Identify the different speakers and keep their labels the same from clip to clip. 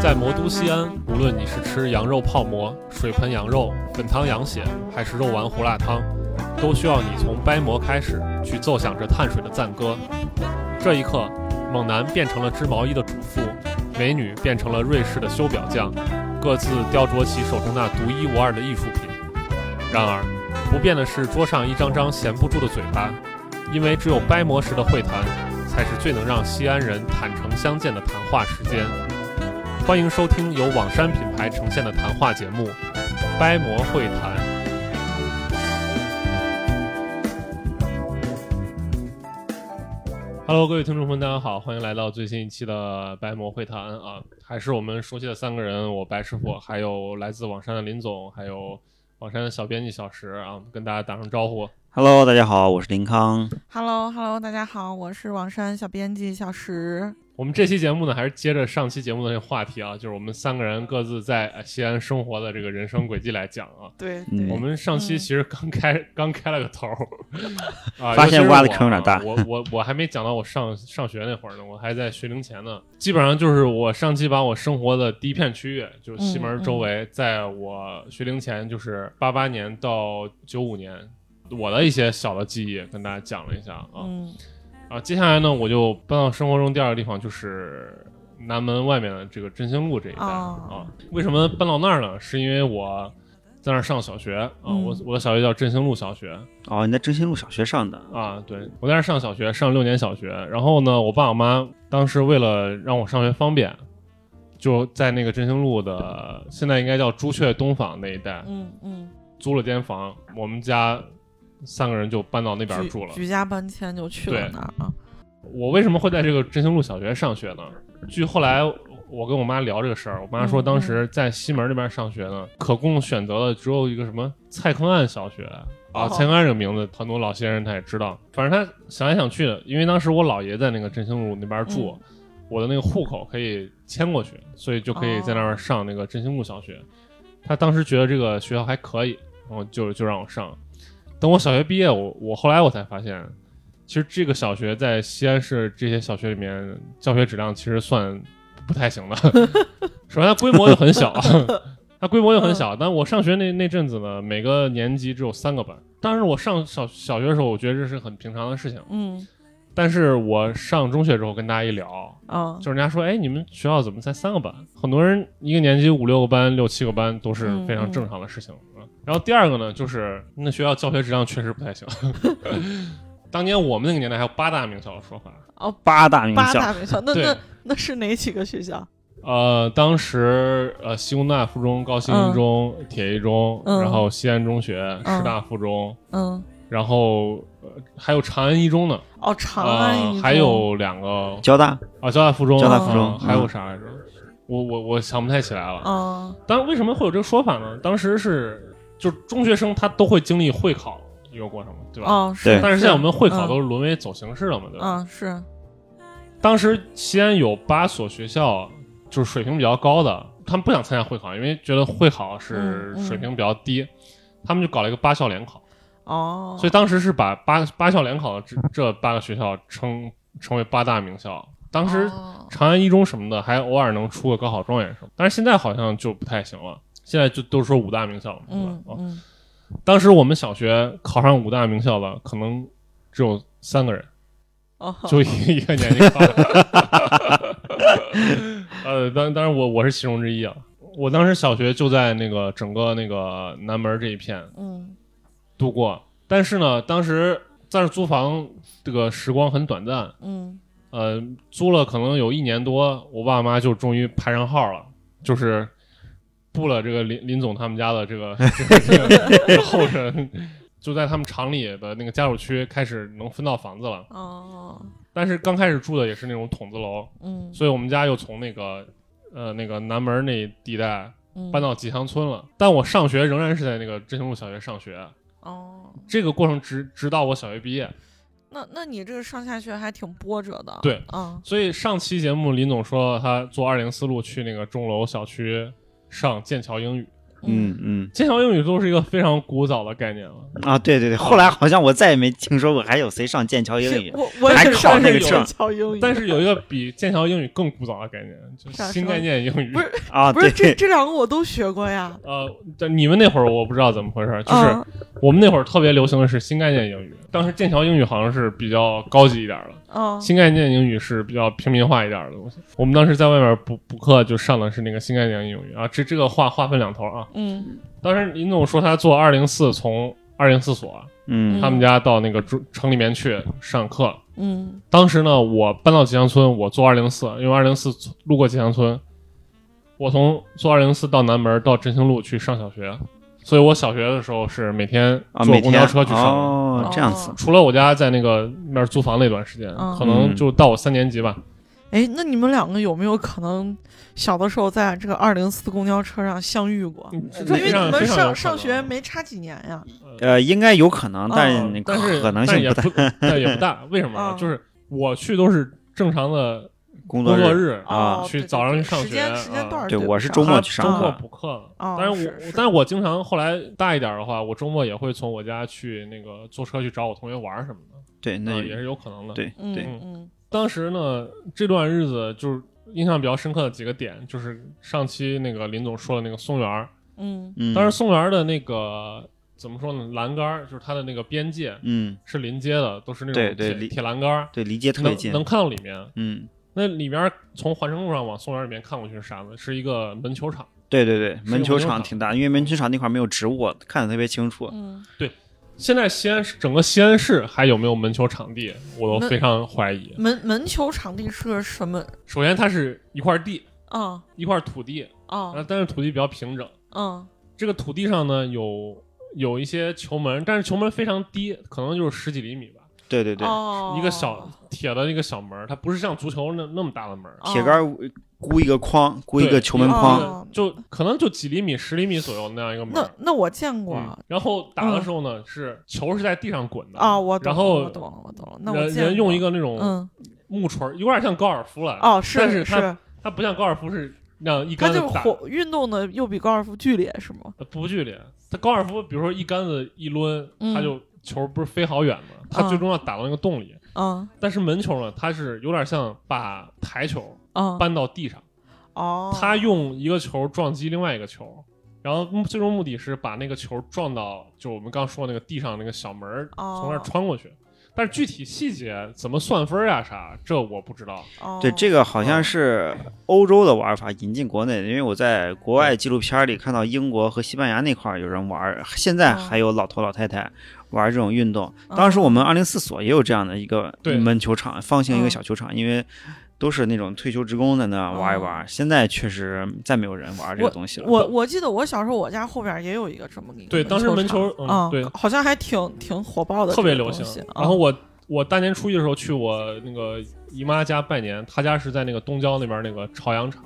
Speaker 1: 在魔都西安，无论你是吃羊肉泡馍、水盆羊肉、粉汤羊血，还是肉丸胡辣汤，都需要你从掰馍开始，去奏响着碳水的赞歌。这一刻，猛男变成了织毛衣的主妇，美女变成了瑞士的修表匠，各自雕琢起手中那独一无二的艺术品。然而，不变的是桌上一张张闲不住的嘴巴，因为只有掰馍时的会谈，才是最能让西安人坦诚相见的谈话时间。欢迎收听由网山品牌呈现的谈话节目《掰馍会谈》。Hello，各位听众朋友们，大家好，欢迎来到最新一期的白魔会谈啊，还是我们熟悉的三个人，我白师傅，还有来自网山的林总，还有网山的小编辑小石啊，跟大家打声招呼。
Speaker 2: Hello，大家好，我是林康。
Speaker 3: h e l l o h e l l o 大家好，我是网山小编辑小石。
Speaker 1: 我们这期节目呢，还是接着上期节目的那个话题啊，就是我们三个人各自在呃西安生活的这个人生轨迹来讲啊。
Speaker 3: 对
Speaker 2: 嗯
Speaker 1: 我们上期其实刚开、 刚开了个头儿，啊，
Speaker 2: 发现
Speaker 1: 尤其是
Speaker 2: 挖的
Speaker 1: 我
Speaker 2: 坑有点大
Speaker 1: 啊我我我还没讲到我上上学那会儿呢，我还在学龄前呢。基本上就是我上期把我生活的第一片区域，就是西门周围，在我学龄前，就是八八年到九五年，我的一些小的记忆跟大家讲了一下啊。
Speaker 3: 嗯
Speaker 1: 啊，接下来呢，我就搬到生活中第二个地方，就是南门外面的这个振兴路这一带、
Speaker 3: 哦
Speaker 1: 啊。为什么搬到那儿呢？是因为我在那儿上小学啊，
Speaker 3: 嗯
Speaker 1: 我我的小学叫振兴路小学
Speaker 2: 哦，你在振兴路小学上的？
Speaker 1: 啊，对我在那儿上小学，上六年小学。然后呢，我爸我妈当时为了让我上学方便，就在那个振兴路的现在应该叫朱雀东坊那一带
Speaker 3: 嗯嗯，
Speaker 1: 租了间房，我们家三个人就搬到那边
Speaker 3: 举
Speaker 1: 住了。
Speaker 3: 举家搬迁就去了
Speaker 1: 对
Speaker 3: 那儿啊。
Speaker 1: 我为什么会在这个振兴路小学上学呢？据后来我跟我妈聊这个事儿，我妈说
Speaker 3: 嗯
Speaker 1: 当时在西门那边上学呢，可供选择的只有一个什么蔡坑岸小学啊。
Speaker 3: 哦
Speaker 1: 蔡坑岸这个名字，很多老先人他也知道。反正他想来想去的，因为当时我姥爷在那个振兴路那边住，
Speaker 3: 嗯
Speaker 1: 我的那个户口可以迁过去，所以就可以在那儿上那个振兴路小学。
Speaker 3: 哦
Speaker 1: 他当时觉得这个学校还可以，然后就就让我上。等我小学毕业，我我后来我才发现，其实这个小学在西安市这些小学里面，教学质量其实算不太行的。首先，它规模就很小，它规模就很小。但我上学那那阵子呢，每个年级只有三个班。当时我上小小学的时候，我觉得这是很平常的事情。
Speaker 3: 嗯
Speaker 1: 但是我上中学之后，跟大家一聊，
Speaker 3: 啊
Speaker 1: 就是人家说，哎，你们学校怎么才三个班？很多人一个年级五六个班、六七个班都是
Speaker 3: 嗯
Speaker 1: 非常正常的事情啊。然后第二个呢，就是那学校教学质量确实不太行。 当年我们那个年代还有八大名校的说法，
Speaker 3: 哦，
Speaker 2: 八大名
Speaker 3: 八
Speaker 2: 校，
Speaker 3: 大名校，那
Speaker 1: 对
Speaker 3: 那那是哪几个学校？
Speaker 1: 呃，当时呃，西工大附中、高新一中、铁一中，
Speaker 3: 嗯
Speaker 1: 然后西安中学、
Speaker 3: 嗯
Speaker 1: 师大附中，
Speaker 3: 嗯，
Speaker 1: 然后、呃还有长安一中呢，
Speaker 3: 哦，长安一
Speaker 1: 呃、
Speaker 3: 中，
Speaker 1: 还有两个
Speaker 2: 交大
Speaker 1: 啊，交大附中，
Speaker 2: 交大
Speaker 3: 附中
Speaker 1: 啊
Speaker 2: 嗯
Speaker 1: 还有啥来着？我我我想不太起来了。
Speaker 3: 嗯
Speaker 1: 但为什么会有这个说法呢？当时是就是中学生他都会经历会考一个过程嘛，对吧？
Speaker 3: 哦是
Speaker 2: 对，
Speaker 1: 但是现在我们会考
Speaker 3: 嗯
Speaker 1: 都沦为走形式了嘛，对吧？
Speaker 3: 嗯是
Speaker 1: 当时西安有八所学校，就是水平比较高的，他们不想参加会考，因为觉得会考是
Speaker 3: 嗯嗯
Speaker 1: 水平比较低，他们就搞了一个八校联考。
Speaker 3: 哦，
Speaker 1: 所以当时是把八八校联考的这这八个学校称称为八大名校。当时
Speaker 3: 哦
Speaker 1: 长安一中什么的还偶尔能出个高考状元什么，但是现在好像就不太行了。现在就都说五大名校，对吧？
Speaker 3: 嗯
Speaker 1: 啊
Speaker 3: 嗯
Speaker 1: 当时我们小学考上五大名校的，可能只有三个人，
Speaker 3: 哦
Speaker 1: 就一一个 年级考上。呃，当当然我我是其中之一啊。我当时小学就在那个整个那个南门这一片
Speaker 3: 嗯
Speaker 1: 度过，但是呢，当时在那儿租房这个时光很短暂，
Speaker 3: 嗯
Speaker 1: 呃，租了可能有一年多，我爸妈就终于排上号了，就是布了这个林林总他们家的这个这个这个这个后尘，就在他们厂里的那个家属区开始能分到房子了。
Speaker 3: 哦
Speaker 1: 但是刚开始住的也是那种筒子楼，
Speaker 3: 嗯
Speaker 1: 所以我们家又从那个呃那个南门那地带
Speaker 3: 嗯
Speaker 1: 搬到吉祥村了。但我上学仍然是在那个振兴路小学上学，
Speaker 3: 哦，
Speaker 1: 这个过程直直到我小学毕业。
Speaker 3: 那那你这个上下学还挺波折的，
Speaker 1: 对
Speaker 3: 嗯
Speaker 1: 所以上期节目林总说了，他坐二零四路去那个钟楼小区上剑桥英语，
Speaker 2: 嗯嗯
Speaker 1: 街上英语都是一个非常古早的概念了。
Speaker 3: 嗯
Speaker 2: 啊，对对对，后来好像我再也没听说过还有谁上剑桥英
Speaker 3: 是
Speaker 2: 语。
Speaker 3: 我我
Speaker 2: 还
Speaker 3: 也
Speaker 2: 考那个
Speaker 3: 是
Speaker 2: 证
Speaker 3: 教英语，
Speaker 1: 但是有一个比剑桥英语更古早的概念，就
Speaker 3: 啥
Speaker 1: 是新概念英语
Speaker 3: 不。是
Speaker 2: 啊，
Speaker 3: 不是
Speaker 2: 对
Speaker 3: 这这两个我都学 过呀，
Speaker 1: 呃，但你们那会儿我不知道怎么回事，就是
Speaker 3: 嗯
Speaker 1: 我们那会儿特别流行的是新概念英语，当时剑桥英语好像是比较高级一点的，
Speaker 3: 嗯
Speaker 1: 新概念英语是比较平民化一点的东西。我们当时在外面补补课就上的是那个新概念英语啊，这这个话划分两头啊。
Speaker 3: 嗯
Speaker 1: 当时林总说他坐二零四从二零四所啊
Speaker 2: 嗯
Speaker 1: 他们家到那个中城里面去上课，
Speaker 3: 嗯
Speaker 1: 当时呢，我搬到吉祥村，我坐二零四，因为二零四路过吉祥村，我从坐二零四到南门到振兴路去上小学，所以我小学的时候是每天
Speaker 2: 啊，
Speaker 1: 坐
Speaker 2: 每
Speaker 1: 公交
Speaker 2: 天
Speaker 1: 车去上的。
Speaker 2: 哦，这样子
Speaker 3: 哦。
Speaker 1: 除了我家在那个那儿租房那段时间，
Speaker 3: 嗯
Speaker 1: 可能就到我三年级吧。
Speaker 3: 哎，那你们两个有没有可能小的时候在这个二零四公交车上相遇过？
Speaker 1: 嗯这
Speaker 3: 因为
Speaker 1: 非常
Speaker 3: 你们
Speaker 1: 非常有可能
Speaker 3: 上上学没差几年呀。
Speaker 1: 哦
Speaker 2: 呃，应该有可能，
Speaker 3: 哦
Speaker 2: 但
Speaker 1: 但是
Speaker 2: 哎可能
Speaker 1: 但
Speaker 2: 性
Speaker 1: 也
Speaker 2: 不大。
Speaker 1: 不但也不大。为什么呢？
Speaker 3: 嗯
Speaker 1: 就是我去都是正常的
Speaker 2: 工
Speaker 1: 工
Speaker 2: 作
Speaker 1: 作
Speaker 2: 日，
Speaker 1: 日，
Speaker 2: 啊
Speaker 3: 哦
Speaker 1: 去
Speaker 3: 对对
Speaker 1: 早上
Speaker 3: 对
Speaker 1: 上
Speaker 3: 时间
Speaker 1: 学
Speaker 3: 时间
Speaker 1: 啊
Speaker 3: 段儿
Speaker 2: 对
Speaker 3: 对
Speaker 2: 我
Speaker 3: 不
Speaker 2: 是
Speaker 3: 上
Speaker 2: 周末
Speaker 1: 他
Speaker 2: 去上
Speaker 1: 周末
Speaker 2: 课啊
Speaker 1: 补课了。
Speaker 3: 哦
Speaker 1: 但
Speaker 3: 是
Speaker 1: 我
Speaker 3: 是
Speaker 1: 但是我经常后来大一点的话，我周末也会从我家去那个坐车去找我同学玩儿什么的，
Speaker 2: 对，那
Speaker 1: 啊也是有可能的。
Speaker 2: 对
Speaker 3: 嗯
Speaker 2: 对，
Speaker 3: 嗯
Speaker 1: 当时呢，这段日子就是印象比较深刻的几个点，就是上期那个林总说的那个松园儿，
Speaker 3: 嗯
Speaker 2: 嗯，
Speaker 1: 当时松园儿的那个怎么说呢，栏杆儿就是它的那个边界
Speaker 2: 嗯，
Speaker 1: 是临街的，都是那
Speaker 2: 对
Speaker 1: 种
Speaker 2: 对
Speaker 1: 铁
Speaker 2: 离
Speaker 1: 铁栏杆儿，
Speaker 2: 对，离街特别
Speaker 1: 能
Speaker 2: 近，
Speaker 1: 能看到里面。
Speaker 2: 嗯，
Speaker 1: 那里面从环城路上往松园儿里面看过去是啥呢？是一个门球场。
Speaker 2: 对对对，
Speaker 1: 个
Speaker 2: 门球
Speaker 1: 门球场
Speaker 2: 场挺大，因为门球场那块没有植物，看得特别清楚。
Speaker 3: 嗯，
Speaker 1: 现在西安市整个西安市还有没有门球场地，我都非常怀疑。
Speaker 3: 门门球场地是什么？
Speaker 1: 首先，它是一块地，
Speaker 3: 嗯
Speaker 1: 一块土地，啊，
Speaker 3: 嗯
Speaker 1: 但是土地比较平整。
Speaker 3: 嗯
Speaker 1: 这个土地上呢，有有一些球门，但是球门非常低，可能就是十几厘米吧，
Speaker 2: 对对对，
Speaker 3: 哦，
Speaker 1: 一个小铁的一个小门儿，它不是像足球那那么大的门儿。
Speaker 3: 哦
Speaker 2: 铁杆儿箍一个框，箍一
Speaker 1: 对
Speaker 2: 个球门
Speaker 1: 一个
Speaker 2: 框，
Speaker 3: 哦
Speaker 1: 就可能就几厘米、十厘米左右那样一个门
Speaker 3: 那
Speaker 1: 儿。
Speaker 3: 那我见过
Speaker 1: 嗯，然后打的时候呢，是球是在地上滚的
Speaker 3: 啊，我懂
Speaker 1: 然
Speaker 3: 了我
Speaker 1: 后
Speaker 3: 懂了，我懂了。那我
Speaker 1: 人
Speaker 3: 见
Speaker 1: 人用
Speaker 3: 过
Speaker 1: 一个那种
Speaker 3: 嗯
Speaker 1: 木锤儿，有点像高尔夫了。
Speaker 3: 哦
Speaker 1: 但
Speaker 3: 是
Speaker 1: 是它它不像高尔夫是那样一
Speaker 3: 它
Speaker 1: 杆子
Speaker 3: 就是
Speaker 1: 打，
Speaker 3: 火运动的又比高尔夫剧烈是吗？
Speaker 1: 呃不剧烈。它高尔夫，比如说一杆子一抡，
Speaker 3: 嗯
Speaker 1: 它就球不是飞好远吗？它
Speaker 3: 嗯
Speaker 1: 最终要打到那个洞里。
Speaker 3: 嗯
Speaker 1: 但是门球呢，它是有点像把台球
Speaker 3: 嗯
Speaker 1: 搬到地上，
Speaker 3: 哦，
Speaker 1: 它用一个球撞击另外一个球。然后目最终目的是把那个球撞到，就我们刚说那个地上那个小门儿，
Speaker 3: 哦
Speaker 1: 从那儿穿过去。但是具体细节怎么算分儿呀、啥，这我不知道。
Speaker 3: 哦
Speaker 2: 对，这个好像是欧洲的玩法引进国内的，因为我在国外纪录片里看到英国和西班牙那块儿有人玩儿，现在还有老头老太太玩这种运动。
Speaker 3: 嗯
Speaker 2: 当时我们二零四所也有这样的一个
Speaker 1: 对
Speaker 2: 门球场，方形一
Speaker 3: 嗯嗯
Speaker 2: 个小球场，因为都是那种退休职工在那玩一玩。现在确实再没有人玩这个东西了。
Speaker 3: 我我记得我小时候我家后边也有一个这么一个
Speaker 1: 对，当时门球，
Speaker 3: 场
Speaker 1: 嗯，
Speaker 3: 啊，
Speaker 1: 对，
Speaker 3: 好像还挺挺火爆的，
Speaker 1: 特别
Speaker 3: 这个
Speaker 1: 流行
Speaker 3: 东西。啊嗯
Speaker 1: 然后我我大年初一的时候去我那个姨妈家拜年，她家是在那个东郊那边那个朝阳场，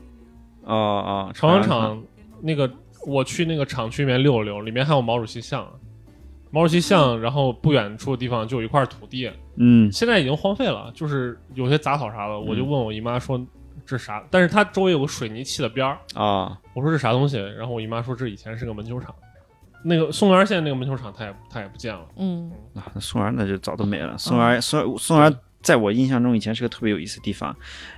Speaker 2: 哦哦，
Speaker 1: 朝阳
Speaker 2: 场
Speaker 1: 场那个我去那个厂区里面溜了溜，里面还有毛主席像，毛主席像，然后不远处的地方就有一块土地，
Speaker 2: 嗯，
Speaker 1: 现在已经荒废了，就是有些杂草啥的，我就
Speaker 2: 嗯
Speaker 1: 问我姨妈说这是啥，但是它周围有个水泥砌的边儿，
Speaker 2: 哦，
Speaker 1: 我说这啥东西，然后我姨妈说这以前是个门球场，那个宋园现在那个门球场它也它也不见了。
Speaker 3: 嗯
Speaker 2: 啊松园那就早都没
Speaker 1: 嗯
Speaker 2: 了。松园松松园，在我印象中以前是个特别有意思的地方，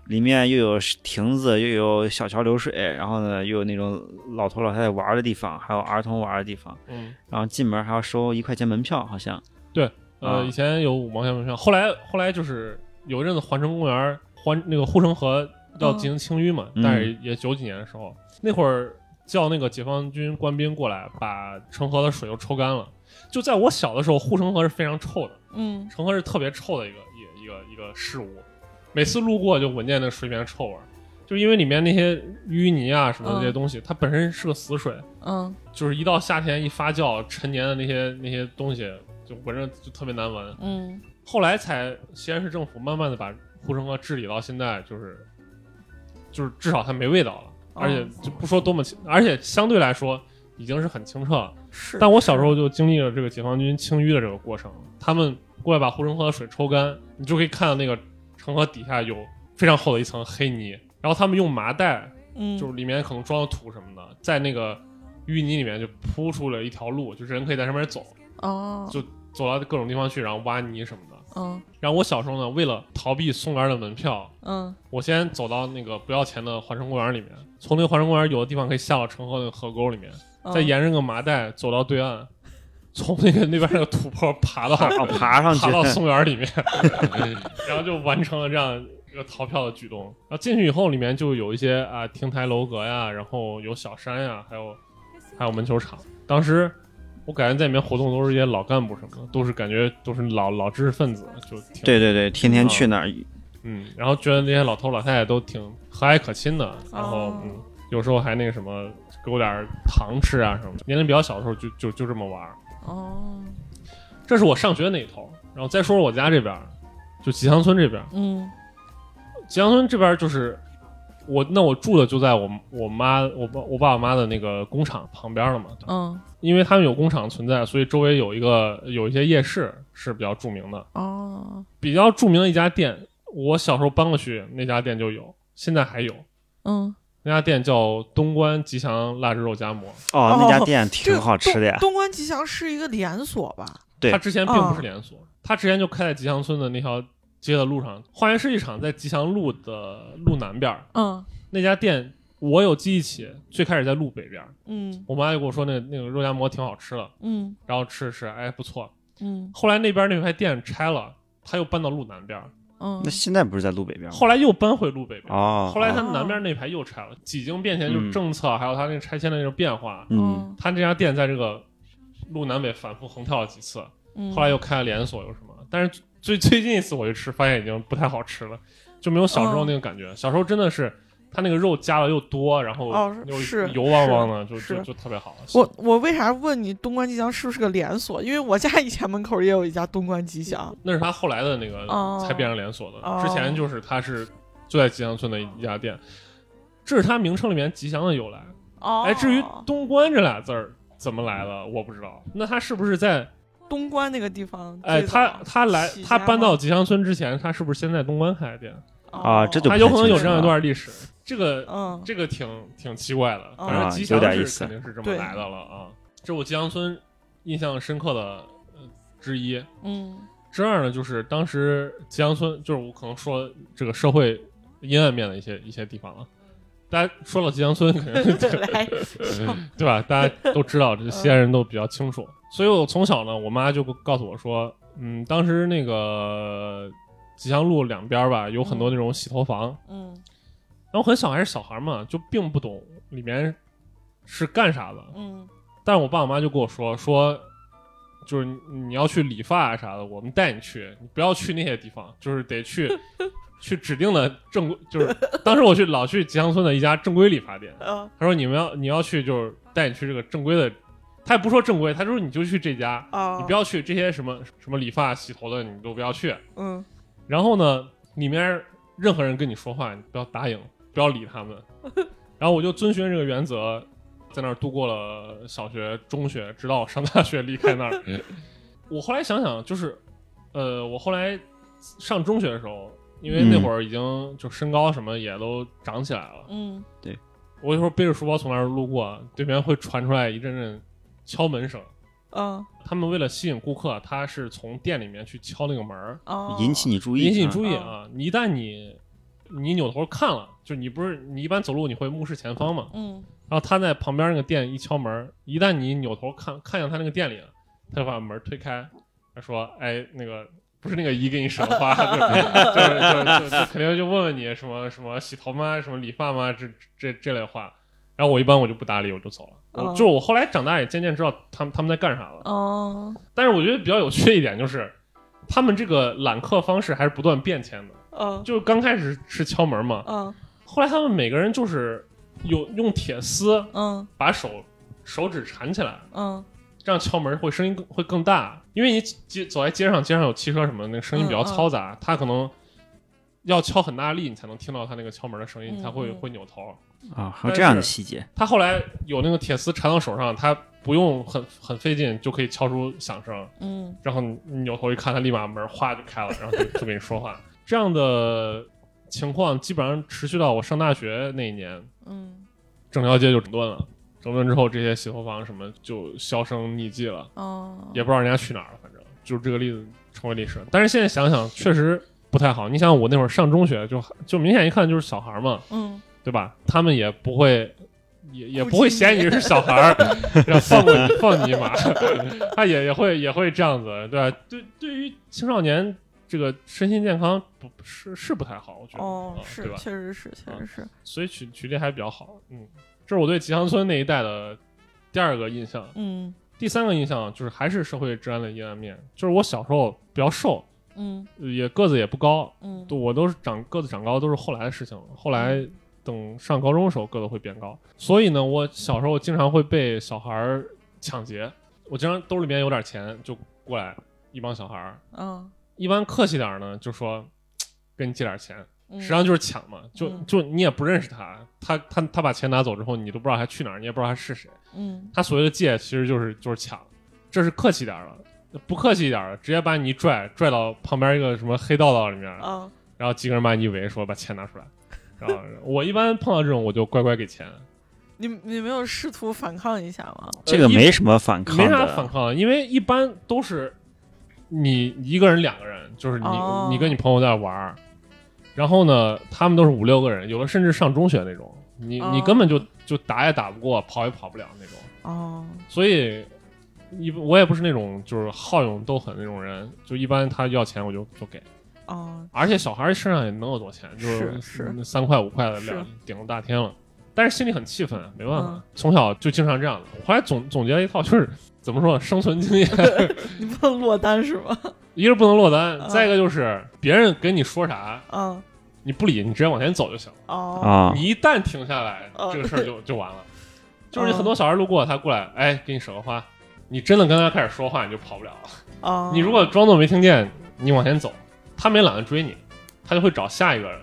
Speaker 2: 里面又有亭子，又有小桥流水，然后呢又有那种老头老太太玩的地方，还有儿童玩的地方。
Speaker 1: 嗯，
Speaker 2: 然后进门还要收一块钱门票，好像。
Speaker 1: 呃，
Speaker 2: 啊
Speaker 1: 以前有五毛钱门票，后来后来就是有一阵子环城公园儿环那个护城河要进行清淤嘛，
Speaker 2: 嗯
Speaker 1: 但是也九几年的时候，那会儿叫那个解放军官兵过来，把城河的水都抽干了。就在我小的时候，护城河是非常臭的，
Speaker 3: 嗯
Speaker 1: 城河是特别臭的一个一个一个一个事物，每次路过就闻见那水里面的臭味儿，就因为里面那些淤泥啊什么的这些
Speaker 3: 嗯
Speaker 1: 东西，它本身是个死水，
Speaker 3: 嗯
Speaker 1: 就是一到夏天一发酵陈年的那些那些东西，就闻着就特别难闻。
Speaker 3: 嗯
Speaker 1: 后来才西安市政府慢慢的把护城河治理到现在，就是就是至少它没味道了，
Speaker 3: 哦
Speaker 1: 而且就不说多么清，而且相对来说已经是很清澈了。
Speaker 3: 是。
Speaker 1: 但我小时候就经历了这个解放军清淤的这个过程，他们过来把护城河的水抽干，你就可以看到那个城河底下有非常厚的一层黑泥，然后他们用麻袋，
Speaker 3: 嗯
Speaker 1: 就是里面可能装了土什么的，在那个。淤泥里面就铺出了一条路，就是人可以在上面走，
Speaker 3: 哦，
Speaker 1: 走到各种地方去，然后挖泥什么的。
Speaker 3: 嗯
Speaker 1: 然后我小时候呢，为了逃避松园的门票，
Speaker 3: 嗯
Speaker 1: 我先走到那个不要钱的环城公园里面，从那个环城公园有的地方可以下到城河那个河沟里面，
Speaker 3: 嗯，
Speaker 1: 再沿着个麻袋走到对岸，从那个那边那个土坡爬到
Speaker 2: 爬哦爬上去
Speaker 1: 爬，到松园 里面，然后就完成了这样一个逃票的举动。然后进去以后，里面就有一些啊亭台楼阁呀，然后有小山呀，还有还有门球场。当时我感觉在里面活动都是一些老干部什么的，都是感觉都是老老知识分子，就挺
Speaker 2: 对对对，天天去那儿，
Speaker 1: 嗯，然后觉得那些老头老太太都挺和蔼可亲的，然后、
Speaker 3: 哦
Speaker 1: 嗯，有时候还那个什么给我点儿糖吃啊什么的。年龄比较小的时候就就就这么玩儿。
Speaker 3: 哦，
Speaker 1: 这是我上学那一头，然后再说说我家这边儿，就吉祥村这边儿。
Speaker 3: 嗯
Speaker 1: 吉祥村这边儿就是我，那我住的就在我我妈我爸我爸我妈的那个工厂旁边儿了嘛，
Speaker 3: 嗯
Speaker 1: 因为他们有工厂存在，所以周围有一个有一些夜市是比较著名的，
Speaker 3: 哦
Speaker 1: 比较著名的一家店，我小时候搬过去那家店就有，现在还有。
Speaker 3: 嗯，
Speaker 1: 那家店叫东关吉祥腊汁肉夹馍，
Speaker 2: 哦，那家店
Speaker 3: 这
Speaker 2: 挺
Speaker 3: 个
Speaker 2: 好吃的呀
Speaker 3: 东。东关吉祥是一个连锁吧？
Speaker 2: 对
Speaker 1: 它之前并不是连锁，它之前就开在吉祥村的那条街的路上。花园世纪场在吉祥路的路南边儿，
Speaker 3: 嗯
Speaker 1: 那家店我有记忆起，最开始在路北边儿，
Speaker 3: 嗯
Speaker 1: 我妈就跟我说那个那个肉夹馍挺好吃的，
Speaker 3: 嗯
Speaker 1: 然后吃吃，哎不错。
Speaker 3: 嗯
Speaker 1: 后来那边那块店拆了，他又搬到路南边儿，
Speaker 3: 嗯
Speaker 2: 那，现在不是在路北边吗？
Speaker 1: 后来又搬回路北边儿。
Speaker 2: 哦，
Speaker 1: 后来他南边那排又拆了，几经变迁，就
Speaker 2: 嗯
Speaker 1: 政策还有他那个拆迁的那种变化，
Speaker 3: 哦
Speaker 2: 嗯，
Speaker 1: 他这家店在这个路南北反复横跳了几次，
Speaker 3: 嗯，
Speaker 1: 后来又开了连锁，有什么？但是最最近一次我去吃，发现已经不太好吃了，就没有小时候那个感觉。小时候真的是它那个肉加的又多，然后
Speaker 3: 嗯哦
Speaker 1: 又
Speaker 3: 是
Speaker 1: 油汪汪的，就是就就特别好。
Speaker 3: 我我为啥问你东关吉祥是不是个连锁？因为我家以前门口也有一家东关吉祥。
Speaker 1: 那是他后来的那个
Speaker 3: 哦
Speaker 1: 才变成连锁的，
Speaker 3: 哦
Speaker 1: 之前就是他是就在吉祥村的一家店，这是他名称里面吉祥的由来。
Speaker 3: 哦
Speaker 1: 哎，至于东关这俩字儿怎么来的，我不知道。那他是不是在
Speaker 3: 东关那个地方，
Speaker 1: 哎
Speaker 3: 最早
Speaker 1: 他他来
Speaker 3: 起
Speaker 1: 他
Speaker 3: 家
Speaker 1: 搬
Speaker 3: 吗
Speaker 1: 到吉祥村之前，他是不是先在东关开的店？
Speaker 2: 啊这就
Speaker 1: 他
Speaker 2: 不
Speaker 1: 有
Speaker 2: 太
Speaker 1: 可能
Speaker 2: 清
Speaker 1: 有
Speaker 2: 楚
Speaker 1: 这样一
Speaker 2: 了
Speaker 1: 段历史，这个
Speaker 3: 哦嗯
Speaker 1: 这个挺挺奇怪的，
Speaker 3: 哦
Speaker 1: 反正
Speaker 2: 啊
Speaker 1: 吉
Speaker 2: 有
Speaker 1: 祥
Speaker 2: 点
Speaker 1: 是
Speaker 2: 意思
Speaker 1: 肯定是这么
Speaker 3: 对
Speaker 1: 来的了啊。这我吉祥村印象深刻的呃之一。
Speaker 3: 嗯
Speaker 1: 之二呢，就是当时吉祥村，就是我可能说这个社会阴暗面的一些一些地方啊。大家说到吉祥村，肯定
Speaker 3: 来
Speaker 1: 对吧？大家都知道，
Speaker 3: 嗯
Speaker 1: 这西安人都比较清楚。所以我从小呢，我妈就告诉我说，嗯，当时那个吉祥路两边吧，有很多那种洗头房，
Speaker 3: 嗯
Speaker 1: 然后很小还是小孩嘛，就并不懂里面是干啥的。
Speaker 3: 嗯
Speaker 1: 但是我爸我妈就跟我说说，就是你你要去理发啊啥的，我们带你去，你不要去那些地方，就是得去去指定的正规。就是 当时我去老去吉祥村的一家正规理发店，
Speaker 3: 呃
Speaker 1: 他说你们要你要去就是带你去这个正规的，他也不说正规，他说你就去这家，
Speaker 3: 啊，
Speaker 1: 你不要去这些什么什么理发洗头的，你都不要去。
Speaker 3: 嗯
Speaker 1: 然后呢，里面任何人跟你说话，你不要答应，不要理他们。然后我就遵循这个原则，在那儿度过了小学、中学，直到我上大学离开那儿。我后来想想，就是，呃，我后来上中学的时候，因为那会儿已经就身高什么也都长起来了，
Speaker 3: 嗯
Speaker 1: 我有时候背着书包从那儿路过，对面会传出来一阵阵敲门声。
Speaker 3: 嗯
Speaker 1: 他们为了吸引顾客，他是从店里面去敲那个门儿，
Speaker 3: 啊，
Speaker 2: 引起你注意，
Speaker 1: 哦引起你注意啊！你一旦你你扭头看了，就你不是你一般走路你会目视前方嘛？
Speaker 3: 嗯
Speaker 1: 然后他在旁边那个店一敲门，一旦你扭头看看向他那个店里了，他就把门推开，他说：“哎，那个不是那个姨给你赏花， 就是就是就是就肯定就问问你什么什么洗头吗，什么理发吗，这这这类话。”然后我一般我就不搭理，我就走了。我
Speaker 3: 哦
Speaker 1: 就是我后来长大也渐渐知道他们他们在干啥了。
Speaker 3: 哦
Speaker 1: 但是我觉得比较有趣的一点就是，他们这个揽客方式还是不断变迁的。
Speaker 3: 嗯
Speaker 1: 就是刚开始是敲门嘛，
Speaker 3: 嗯
Speaker 1: 后来他们每个人就是有用铁丝
Speaker 3: 嗯
Speaker 1: 把手手指缠起来，
Speaker 3: 嗯，
Speaker 1: 这样敲门会声音更会更大，因为你街走在街上，街上有汽车什么的，那个声音比较
Speaker 3: 嗯嗯
Speaker 1: 嘈杂，他可能要敲很大力，你才能听到他那个敲门的声音，
Speaker 3: 嗯
Speaker 1: 你才会
Speaker 3: 嗯
Speaker 1: 会扭头。
Speaker 2: 啊，还有这样的细节，
Speaker 1: 他后来有那个铁丝缠到手上，他不用很很费劲就可以敲出响声，
Speaker 3: 嗯
Speaker 1: 然后你扭头一看，他立马门哗就开了，然后就 就跟你说话。这样的情况基本上持续到我上大学那一年，
Speaker 3: 嗯
Speaker 1: 整条街就整顿了。整顿之后，这些洗头房什么就销声匿迹了，
Speaker 3: 哦，
Speaker 1: 也不知道人家去哪儿了。反正就是这个例子成为历史。但是现在想想，确实不太好。你想，我那会儿上中学就就明显一看就是小孩儿嘛，
Speaker 3: 嗯，
Speaker 1: 对吧？他们也不会。也也不会
Speaker 3: 顾及
Speaker 1: 嫌你是小孩儿， 然后放过你放你一马，他也也会也会这样子，对吧？对，对于青少年这个身心健康不是是不太好，我觉得，
Speaker 3: 哦
Speaker 1: 啊，
Speaker 3: 是
Speaker 1: 对，吧？
Speaker 3: 确实是，确实是，
Speaker 1: 所以曲曲列还比较好。嗯，这是我对吉祥村那一带的第二个印象。
Speaker 3: 嗯
Speaker 1: 第三个印象就是还是社会治安的阴暗面，就是我小时候比较瘦，呃
Speaker 3: 嗯
Speaker 1: 也个子也不高，
Speaker 3: 嗯，
Speaker 1: 对我都是长个子长高都是后来的事情了。后来等上高中的时候个子会变高，所以呢，我小时候经常会被小孩儿抢劫，我经常兜里面有点钱就过来一帮小孩儿，
Speaker 3: 嗯，
Speaker 1: 一般客气点儿呢就说跟你借点钱。
Speaker 3: 嗯
Speaker 1: 实际上就是抢嘛，就
Speaker 3: 嗯
Speaker 1: 就你也不认识他，他他他把钱拿走之后，你都不知道他去哪儿，你也不知道他是谁。
Speaker 3: 嗯
Speaker 1: 他所谓的借，其实就是就是抢，这是客气点儿了，不客气一点儿了，直接把你一拽拽到旁边一个什么黑道道里面，
Speaker 3: 啊，
Speaker 1: 然后几个人把你一围，说把钱拿出来。然后我一般碰到这种，我就乖乖给钱，
Speaker 3: 你你没有试图反抗一下吗？
Speaker 2: 这个
Speaker 1: 呃一
Speaker 2: 没什么反抗的，
Speaker 1: 没啥反抗的，因为一般都是你一个人、两个人，就是你、
Speaker 3: 哦
Speaker 1: 你跟你朋友在玩儿，然后呢，他们都是五六个人，有的甚至上中学那种，你、你
Speaker 3: 哦
Speaker 1: 根本就就打也打不过，跑也跑不了那种。
Speaker 3: 哦，
Speaker 1: 所以一我也不是那种就是好勇斗狠那种人，就一般他要钱我就就给，
Speaker 3: 哦，
Speaker 1: 而且小孩儿身上也能有多钱，就是
Speaker 3: 是
Speaker 1: 那三块五块的
Speaker 3: 是
Speaker 1: 两顶了大天了。但是心里很气愤，啊没办法，
Speaker 3: 嗯
Speaker 1: 从小就经常这样的。我后来总总结了一套，就是怎么说呢，生存经验，
Speaker 3: 你不能落单是吗？
Speaker 1: 一个是不能落单，
Speaker 3: 嗯
Speaker 1: 再一个就是别人跟你说啥，
Speaker 3: 嗯，
Speaker 1: 你不理，你直接往前走就行了。
Speaker 3: 哦，
Speaker 2: 啊
Speaker 1: 你一旦停下来，
Speaker 3: 嗯
Speaker 1: 这个事儿 就就完了。就是你
Speaker 3: 嗯
Speaker 1: 很多小孩路过，他过来，哎，给你省个花，你真的跟他开始说话，你就跑不了了。
Speaker 3: 哦，
Speaker 1: 你如果装作没听见，你往前走，他没懒得追你，他就会找下一个人，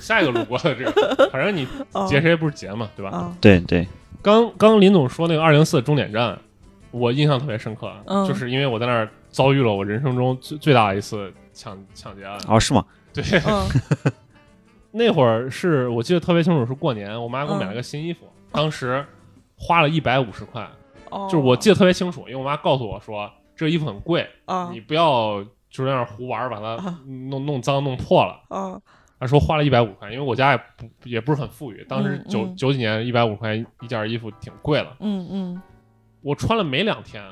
Speaker 1: 下一个路过的这个，反正你
Speaker 3: 哦
Speaker 1: 劫谁不是劫嘛，对吧？
Speaker 3: 啊，
Speaker 2: 对对，
Speaker 1: 刚刚林总说那个二零四终点站，我印象特别深刻，
Speaker 3: 嗯
Speaker 1: 就是因为我在那儿遭遇了我人生中最最大的一次抢抢劫案。
Speaker 2: 哦是吗？
Speaker 1: 对，
Speaker 3: 嗯
Speaker 1: 那会儿是我记得特别清楚，是过年，我妈给我买
Speaker 3: 嗯
Speaker 1: 了个新衣服，当时花了一百五十块，
Speaker 3: 哦，
Speaker 1: 就是我记得特别清楚，因为我妈告诉我说这个衣服很贵，
Speaker 3: 啊
Speaker 1: 你不要就这样胡玩儿，把它
Speaker 3: 啊
Speaker 1: 弄弄脏弄破了。
Speaker 3: 啊
Speaker 1: 她说花了一百五块，因为我家也不也不是很富裕，当时
Speaker 3: 嗯
Speaker 1: 九、
Speaker 3: 嗯
Speaker 1: 九几年一百五块一件衣服挺贵了。
Speaker 3: 嗯嗯
Speaker 1: 我穿了没两天，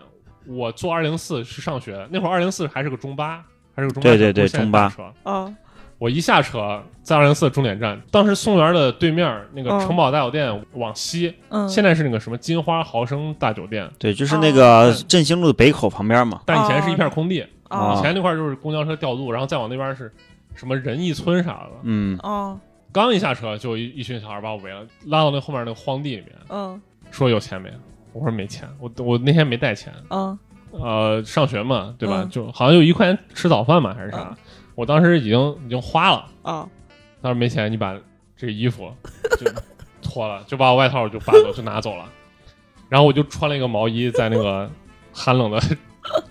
Speaker 1: 我坐二零四去上学，那会儿二零四还是个中巴，还是个中巴
Speaker 2: 对
Speaker 1: 车
Speaker 2: 对对
Speaker 1: 不是现在
Speaker 2: 中巴
Speaker 1: 大车。
Speaker 3: 啊
Speaker 1: 我一下车，在二零四终点站，当时松园的对面儿那个
Speaker 3: 嗯
Speaker 1: 城堡大酒店往西，
Speaker 3: 嗯，
Speaker 1: 现在是那个什么金花豪生大酒店，
Speaker 2: 对，就是
Speaker 3: 哦
Speaker 2: 那个振兴路北口旁边嘛。
Speaker 1: 但以前是一片空地，以
Speaker 3: 啊
Speaker 1: 前那块儿就是公交车调度，然后再往那边是什么仁义村啥的。
Speaker 2: 嗯，
Speaker 3: 哦
Speaker 1: 刚一下车，就一一群小孩把我围了，拉到那后面那个荒地里面，
Speaker 3: 嗯
Speaker 1: 说有钱没？我说没钱，我我那天没带钱，
Speaker 3: 嗯
Speaker 1: 呃，上学嘛，对吧？
Speaker 3: 嗯
Speaker 1: 就好像就一块钱吃早饭嘛，还是啥？我当时已经已经花了，
Speaker 3: 啊
Speaker 1: 当时没钱，你把这衣服就脱了，就把我外套就扒走，就拿走了，然后我就穿了一个毛衣，在那个寒冷的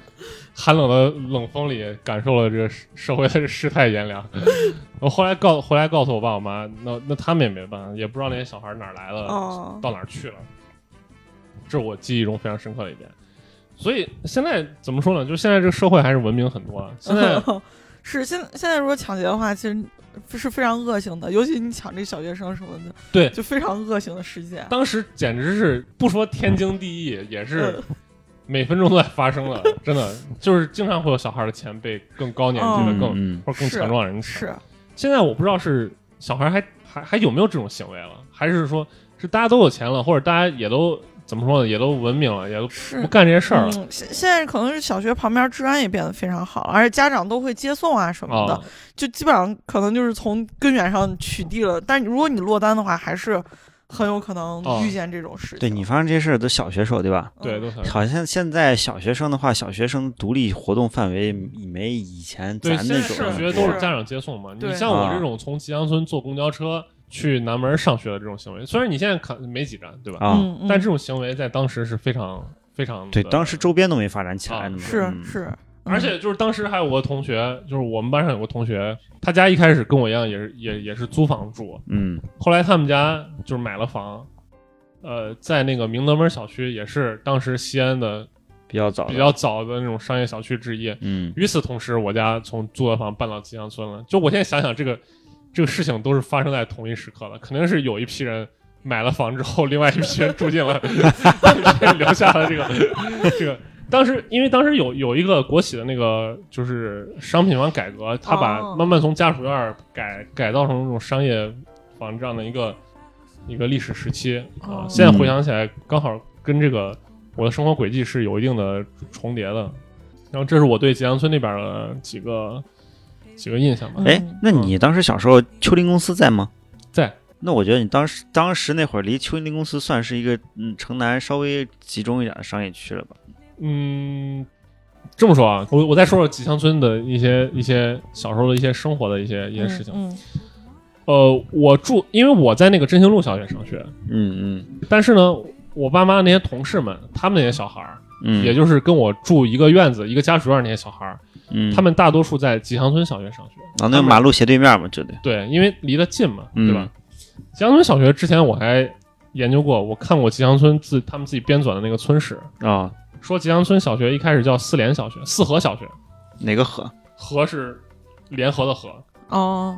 Speaker 1: 寒冷的冷风里，感受了这个社社会的世态炎凉。我后来告回来告诉我爸我妈，那那他们也没办法，也不知道那些小孩哪儿来的，
Speaker 3: 哦
Speaker 1: 呃到哪儿去了。这是我记忆中非常深刻的一点。所以现在怎么说呢？就现在这个社会还是文明很多啊。现 在
Speaker 3: 是现现在如果抢劫的话，其实是非常恶性的，尤其你抢这小学生什么的，
Speaker 1: 对
Speaker 3: 就非常恶性的事件。
Speaker 1: 当时简直是不说天经地义，也是
Speaker 3: 嗯
Speaker 1: 每分钟都在发生的。 真的就是经常会有小孩的钱被更高年纪的、
Speaker 2: 嗯
Speaker 1: 更
Speaker 2: 嗯，
Speaker 1: 或者更
Speaker 3: 是
Speaker 1: 强壮的人抢。
Speaker 3: 哦是，
Speaker 1: 现在我不知道是小孩还还还有没有这种行为了，还是说是大家都有钱了，或者大家也都怎么说呢？也都文明了，也都
Speaker 3: 是
Speaker 1: 不干这些事儿了。
Speaker 3: 嗯，现现在可能是小学旁边治安也变得非常好了，而且家长都会接送啊什么的，
Speaker 1: 啊，
Speaker 3: 就基本上可能就是从根源上取缔了。但如果你落单的话，还是很有可能
Speaker 1: 哦
Speaker 3: 遇见这种事情。
Speaker 2: 对你发生这些事儿都小学时候对吧？
Speaker 1: 对，
Speaker 3: 嗯
Speaker 1: 都很
Speaker 2: 好像现在小学生的话，小学生独立活动范围没以前
Speaker 1: 对，
Speaker 2: 咱
Speaker 1: 现
Speaker 2: 那
Speaker 1: 在
Speaker 2: 种
Speaker 1: 上
Speaker 2: 很
Speaker 1: 学
Speaker 2: 多
Speaker 1: 都
Speaker 2: 了
Speaker 1: 是家长接送嘛。
Speaker 3: 对
Speaker 1: 你像
Speaker 2: 啊
Speaker 1: 我这种从吉祥村坐公交车去南门上学的这种行为，虽然你现在看没几站，对吧？
Speaker 2: 啊，
Speaker 3: 嗯，嗯
Speaker 1: 但这种行为在当时是非常非常
Speaker 2: 对，
Speaker 1: 的
Speaker 2: 当时周边都没发展起来
Speaker 1: 啊
Speaker 2: 呢嘛。
Speaker 3: 是
Speaker 2: 嗯
Speaker 3: 是，嗯
Speaker 1: 而且就是当时还有个同学，就是我们班上有个同学，他家一开始跟我一样也是也也是租房住，
Speaker 2: 嗯，
Speaker 1: 后来他们家就是买了房，呃，在那个明德门小区也是当时西安的
Speaker 2: 比较早的，
Speaker 1: 比较早的那种商业小区之一。
Speaker 2: 嗯，
Speaker 1: 与此同时，我家从租的房搬到吉祥村了。就我现在想想，这个这个事情都是发生在同一时刻的，肯定是有一批人买了房之后，另外一批人住进了， 一批人留下了这个这个。当时因为当时有有一个国企的那个就是商品房改革，他把
Speaker 3: 哦
Speaker 1: 慢慢从家属院儿改改造成那种商业房这样的一个一个历史时期啊、
Speaker 3: 哦
Speaker 1: 现在回想起来，刚好跟这个我的生活轨迹是有一定的重叠的。然后这是我对吉阳村那边的几个几个印象吧。
Speaker 2: 哎
Speaker 3: 嗯，
Speaker 2: 那你当时小时候秋林公司在吗？
Speaker 1: 在。
Speaker 2: 那我觉得你当时当时那会儿离秋林公司算是一个嗯城南稍微集中一点的商业区了吧？
Speaker 1: 嗯，这么说啊，我我再说说吉祥村的一些一些小时候的一些生活的一些一些事情。
Speaker 3: 嗯，嗯
Speaker 1: 呃，我住，因为我在那个振兴路小学上学，
Speaker 2: 嗯嗯
Speaker 1: 但是呢，我爸妈那些同事们，他们那些小孩儿，
Speaker 2: 嗯，
Speaker 1: 也就是跟我住一个院子、一个家属院那些小孩儿，
Speaker 2: 嗯
Speaker 1: 他们大多数在吉祥村小学上学。
Speaker 2: 啊，那个马路斜对面嘛，这得
Speaker 1: 对，因为离得近嘛，
Speaker 2: 嗯
Speaker 1: 对吧？吉祥村小学之前我还研究过，我看过吉祥村自他们自己编纂的那个村史，
Speaker 2: 啊
Speaker 3: 哦
Speaker 1: 说吉祥村小学一开始叫四联小学、四河小学，
Speaker 2: 哪个河？
Speaker 1: 河是联合的河。
Speaker 3: 哦，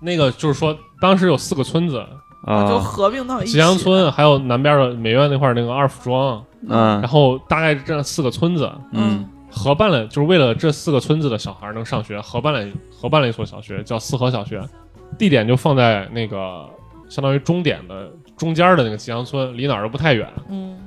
Speaker 1: 那个就是说，当时有四个村子，
Speaker 3: 啊就
Speaker 2: 啊，
Speaker 3: 合并到一起。
Speaker 1: 吉祥村，还有南边的美院那块儿那个二府庄，
Speaker 2: 嗯
Speaker 1: 然后大概这四个村子
Speaker 2: 嗯
Speaker 3: 嗯，
Speaker 1: 合办了，就是为了这四个村子的小孩能上学，合办了合办了一所小学，叫四河小学，地点就放在那个相当于终点的中间的那个吉祥村，离哪儿都不太远
Speaker 3: 嗯，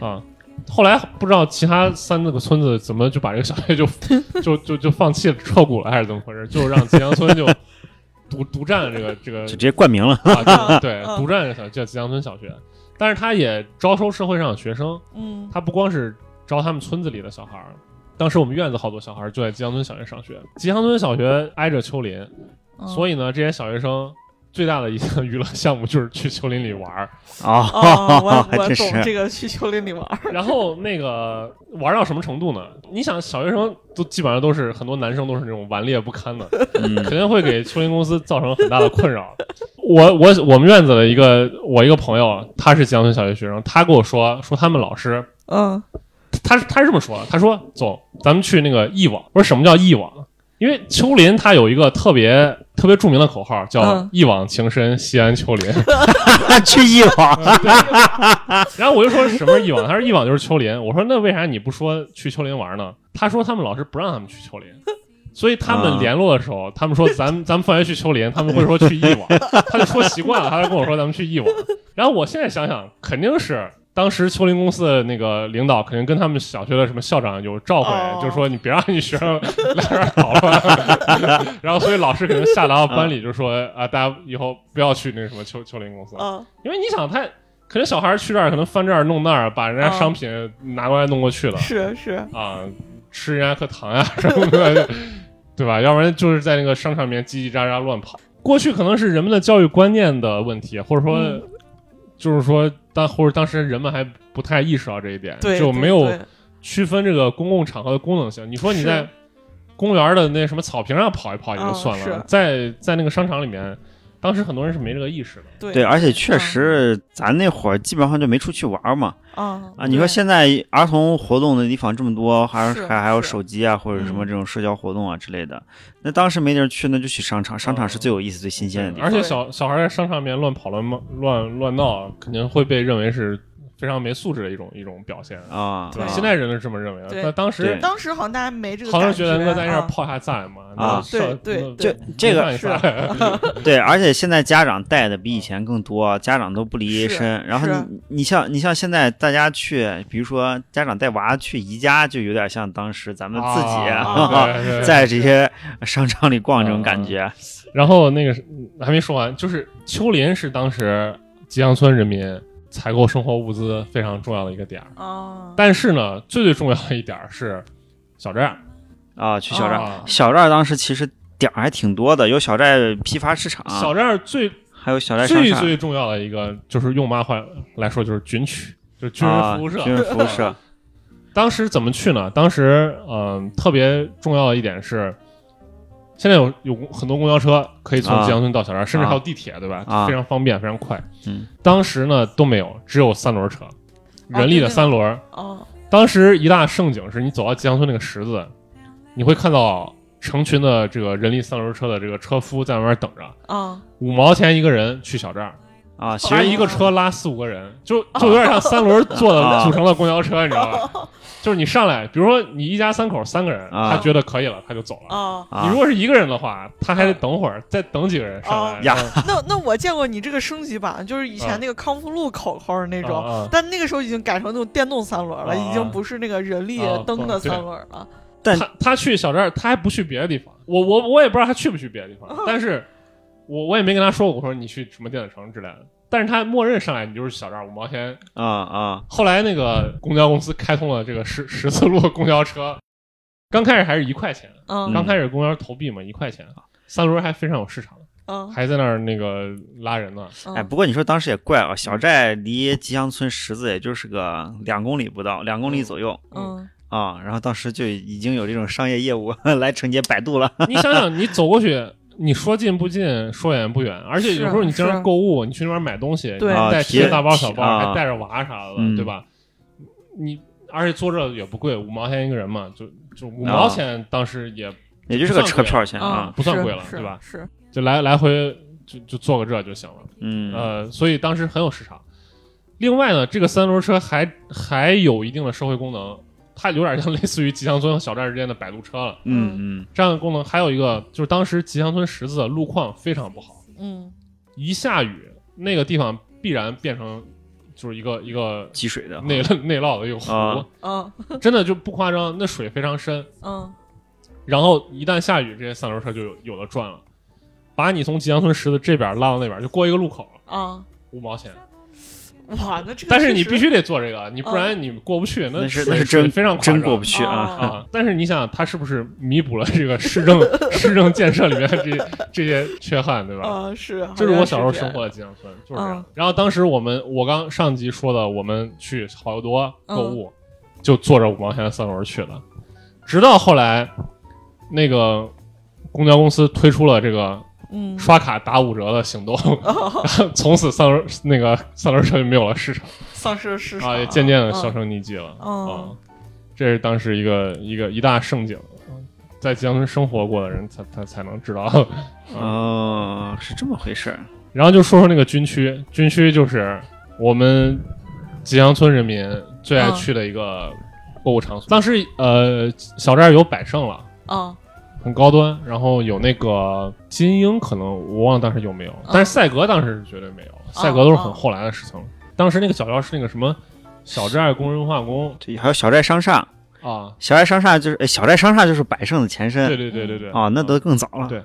Speaker 1: 啊。后来不知道其他三个村子怎么就把这个小学就 就就就放弃了撤股了，还是怎么回事？就让吉祥村就 独独占这个这个
Speaker 2: 就直接冠名了。
Speaker 1: 啊，对，
Speaker 3: 嗯
Speaker 1: 独占这小叫吉祥村小学，但是他也招收社会上的学生，
Speaker 3: 嗯，
Speaker 1: 他不光是招他们村子里的小孩儿。当时我们院子好多小孩儿就在吉祥村小学上学，吉祥村小学挨着丘陵，所
Speaker 3: 以
Speaker 1: 以呢，这些小学生最大的一项娱乐项目就是去丘陵里玩儿，
Speaker 3: 哦，我
Speaker 2: 啊，还
Speaker 3: 我
Speaker 2: 真
Speaker 3: 懂
Speaker 2: 是
Speaker 3: 这个去丘陵里玩儿。
Speaker 1: 然后那个玩到什么程度呢？你想，小学生都基本上都是很多男生都是那种顽劣不堪的， 肯
Speaker 2: 嗯
Speaker 1: 定会给秋林公司造成很大的困扰。我我我们院子的一个我一个朋友，他是吉祥村小学学生，他跟我说说他们老师，
Speaker 3: 嗯，
Speaker 1: 他他是这么说啊的，他说走，咱们去那个忆网。我说什么叫忆网？啊因为秋林他有一个特别特别著名的口号，叫“
Speaker 3: 嗯
Speaker 1: 一往情深，西安秋林”。
Speaker 2: 去一网
Speaker 3: 嗯
Speaker 1: 然后我就说什么是一网，他说一网就是丘陵。我说那为啥你不说去丘陵玩呢？他说他们老师不让他们去丘陵，所以他们联络的时候，他们说咱们咱们放学去丘陵，他们会说去一网，他就说习惯了，他就跟我说咱们去一网。然后我现在想想，肯定是。当时丘陵公司的那个领导肯定跟他们小学的什么校长有召回，
Speaker 3: 哦
Speaker 1: 就说你别让你学生来这儿捣乱。 然后所以老师可能下达到班里就说啊，大家以后不要去那个什么丘丘陵公 司。
Speaker 3: 嗯，
Speaker 1: 因为你想他，可能小孩儿去这儿，可能翻这儿弄那儿，把人家
Speaker 3: 啊
Speaker 1: 商品拿过来弄过去 了
Speaker 3: 是是，
Speaker 1: 啊、吃人家颗糖呀、什么的， 对吧？要不然就是在那个商场里面叽叽喳喳乱跑。过去可能是人们的教育观念的问题，或者说，
Speaker 3: 嗯
Speaker 1: 就是说当或者当时人们还不太意识到这一点，
Speaker 3: 对，
Speaker 1: 就
Speaker 3: 对
Speaker 1: 没有
Speaker 3: 对
Speaker 1: 区分这个公共场合的功能性。你说你
Speaker 3: 是
Speaker 1: 在公园的那什么草坪上跑一跑也就
Speaker 3: 嗯
Speaker 1: 算了，
Speaker 3: 是
Speaker 1: 在在那个商场里面，当时很多人是没这个意识的。
Speaker 3: 对嗯
Speaker 2: 对，而且确实咱那会儿基本上就没出去玩嘛。
Speaker 3: 啊
Speaker 2: 啊，你说现在儿童活动的地方这么多，还
Speaker 3: 是
Speaker 2: 还还有
Speaker 3: 是嗯
Speaker 2: 手机啊，或者什么这种社交活动啊之类的。那当时没地儿去，那就去商场，商场
Speaker 3: 哦
Speaker 2: 是最有意思、最新鲜的地方。
Speaker 1: 而且小小孩在商场里面乱跑乱冒乱乱闹，肯定会被认为是非常没素质的一种一种表现，
Speaker 2: 啊，
Speaker 1: 对吧？
Speaker 2: 啊
Speaker 1: 现在人是这么认为的，
Speaker 3: 对
Speaker 1: 但当时
Speaker 2: 对
Speaker 3: 当时好像大家没这个
Speaker 1: 好
Speaker 3: 感
Speaker 1: 像
Speaker 3: 觉，
Speaker 1: 觉得能够在这儿
Speaker 3: 啊
Speaker 1: 泡下赞嘛，那
Speaker 2: 啊
Speaker 3: 对对
Speaker 2: 就
Speaker 3: 对
Speaker 2: 这个啊
Speaker 1: 是
Speaker 3: 是
Speaker 2: 对，而且现在家长带的比以前更多，家长都不离
Speaker 3: 是
Speaker 2: 身。然后
Speaker 3: 是
Speaker 2: 你你像你像现在大家去，比如说家长带娃去宜家，就有点像当时咱们自己、
Speaker 3: 啊
Speaker 1: 对嗯对
Speaker 2: 在这些商场里逛这种感觉。
Speaker 1: 然后那个是还没说完，就是丘陵是当时吉阳村人民采购生活物资非常重要的一个点儿，
Speaker 3: 啊，
Speaker 1: 但是呢，最最重要的一点儿是小寨
Speaker 2: 啊，去小寨，
Speaker 1: 啊
Speaker 2: 小寨当时其实点儿还挺多的，有小寨批发市场，
Speaker 1: 啊小寨最
Speaker 2: 还有小寨商
Speaker 1: 最
Speaker 2: 场、
Speaker 1: 最重要的一个，就是用妈话来说就是军区，就是军人
Speaker 2: 啊
Speaker 1: 服务社。
Speaker 2: 军人服 务社，
Speaker 1: 当时怎么去呢？当时嗯、特别重要的一点是，现在有有公很多公交车可以从
Speaker 2: 啊
Speaker 1: 吉阳村到小寨，甚至
Speaker 2: 啊
Speaker 1: 还有地铁，对吧？
Speaker 2: 啊
Speaker 1: 非常方便，非常快。
Speaker 2: 嗯，
Speaker 1: 当时呢都没有，只有三轮车，人力的三轮。
Speaker 3: 哦，
Speaker 1: 当时一大盛景是你走到吉阳村那个十字，你会看到成群的这个人力三轮车的这个车夫在外面等着，
Speaker 3: 啊，
Speaker 1: 五毛钱一个人去小寨儿，
Speaker 2: 啊，其
Speaker 1: 其实
Speaker 2: 实
Speaker 1: 一个车拉四五个人，就就有点像三轮坐的
Speaker 2: 啊
Speaker 1: 组成的公交车，你知道吧？就是你上来，比如说你一家三口三个人，
Speaker 2: 啊
Speaker 1: 他觉得可以了，他就走了。
Speaker 3: 啊，
Speaker 2: 啊
Speaker 1: 你如果是一个人的话，他还得等会儿，再等几个人上来嗯
Speaker 3: 啊
Speaker 2: 呀
Speaker 3: 那那我见过你这个升级版，就是以
Speaker 1: 啊
Speaker 3: 前那个康复路口口儿那
Speaker 1: 那
Speaker 3: 种，但那个时候已经改成那种电动三轮了，
Speaker 1: 啊
Speaker 3: 已经不是那个人力
Speaker 1: 啊
Speaker 3: 蹬的
Speaker 1: 对
Speaker 3: 三轮了。
Speaker 2: 但
Speaker 1: 他他去小寨儿，他还不去别的地方。我我我也不知道他去不去别的地方，但是我我也没跟他说过，我说你去什么电子城之类的。但是他默认上来你就是小寨儿五毛钱。
Speaker 2: 啊啊
Speaker 1: 后来那个公交公司开通了这个十十字路公交车，刚开始还是一块钱，
Speaker 3: 嗯
Speaker 1: 刚开始公园投币嘛，一块钱，三轮还非常有市场，
Speaker 3: 嗯
Speaker 1: 还在那儿那个拉人呢。
Speaker 3: 嗯，
Speaker 2: 哎，不过你说当时也怪啊，小寨离吉祥村十字也就是个两公里不到，两公里左右
Speaker 3: 嗯
Speaker 2: 啊。然后当时就已经有这种商业业务 来承接百度了
Speaker 1: 你想想，你走过去，你说近不近，说远不远，而且有时候你经常购物，你去那边买东西，
Speaker 3: 对
Speaker 1: 你
Speaker 2: 啊，
Speaker 1: 带提
Speaker 2: 提
Speaker 1: 着大包小包，
Speaker 2: 啊
Speaker 1: 还带着娃啥的，
Speaker 2: 嗯
Speaker 1: 对吧？你而且坐这也不贵，五毛钱一个人嘛，就就五
Speaker 2: 啊
Speaker 1: 毛钱，当时也
Speaker 2: 也就是个车票钱
Speaker 3: 嗯，
Speaker 2: 啊。
Speaker 1: 不算
Speaker 3: 是
Speaker 1: 贵了
Speaker 3: 是
Speaker 1: 对吧
Speaker 3: 是，
Speaker 1: 就来来回就就坐个这就行了。
Speaker 2: 嗯
Speaker 1: 呃，所以当时很有市场。另外呢，这个三轮车还还有一定的社会功能，它有点像类似于吉祥村和小寨之间的摆渡车了。
Speaker 2: 嗯
Speaker 1: 这样的功能还有一个就是当时吉祥村十字的路况非常不好，
Speaker 3: 嗯
Speaker 1: 一下雨那个地方必然变成就是一个一个
Speaker 2: 嗯，积水的
Speaker 1: 内内涝的一个湖，
Speaker 2: 啊
Speaker 3: 嗯
Speaker 1: 真的就不夸张，那水非常深。
Speaker 3: 嗯
Speaker 1: 然后一旦下雨，这些三轮车就有有的转了，把你从吉祥村十字这边拉到那边，就过一个路口，
Speaker 3: 啊，
Speaker 1: 五毛钱。
Speaker 3: 哇，那这个
Speaker 1: 但是你
Speaker 3: 确
Speaker 1: 必
Speaker 3: 实嗯
Speaker 1: 须得做这个，你不然你过不去。
Speaker 2: 那是
Speaker 1: 水
Speaker 2: 那是
Speaker 1: 水
Speaker 2: 真
Speaker 1: 非常夸张
Speaker 2: 真过不去啊。
Speaker 3: 哦
Speaker 1: 啊！但是你想，它是不是弥补了这个市政市政建设里面这这些缺憾，对吧？
Speaker 3: 啊是，好
Speaker 1: 这是
Speaker 3: 像
Speaker 1: 我小时候
Speaker 3: 这样
Speaker 1: 生活的吉祥村，就是这样
Speaker 3: 嗯。
Speaker 1: 然后当时我们，我刚上集说的，我们去好多购
Speaker 3: 嗯
Speaker 1: 物，就坐着五毛钱的三轮去了。直到后来，那个公交公司推出了这个
Speaker 3: 嗯
Speaker 1: 刷卡打五折的行动，
Speaker 3: 哦
Speaker 1: 然后从此三轮那个三轮车就没有了市场。
Speaker 3: 丧失了市场
Speaker 1: 啊，也渐渐的
Speaker 3: 嗯
Speaker 1: 销声匿迹了。
Speaker 3: 嗯
Speaker 1: 啊，这是当时一个一个一大盛景，在吉祥村生活过的人才才才能知道。
Speaker 2: 哦，是这么回事儿。
Speaker 1: 然后就说说那个军区，军区就是我们吉祥村人民最
Speaker 3: 嗯
Speaker 1: 爱去的一个购物场所。当时呃，小寨有百盛了。
Speaker 3: 啊
Speaker 1: 很高端，然后有那个金鹰，可能我忘了当时有没有，
Speaker 3: 嗯
Speaker 1: 但是赛格当时是绝对没有，赛格都是很后来的事情了。当时那个小寨是那个什么小寨工人文化宫
Speaker 2: 对，还有小寨商厦，
Speaker 3: 嗯
Speaker 1: 啊，
Speaker 2: 小寨商厦就是哎小寨商厦就是百盛的前 身
Speaker 1: 对对对对对，
Speaker 2: 啊，那都更早了。
Speaker 1: 对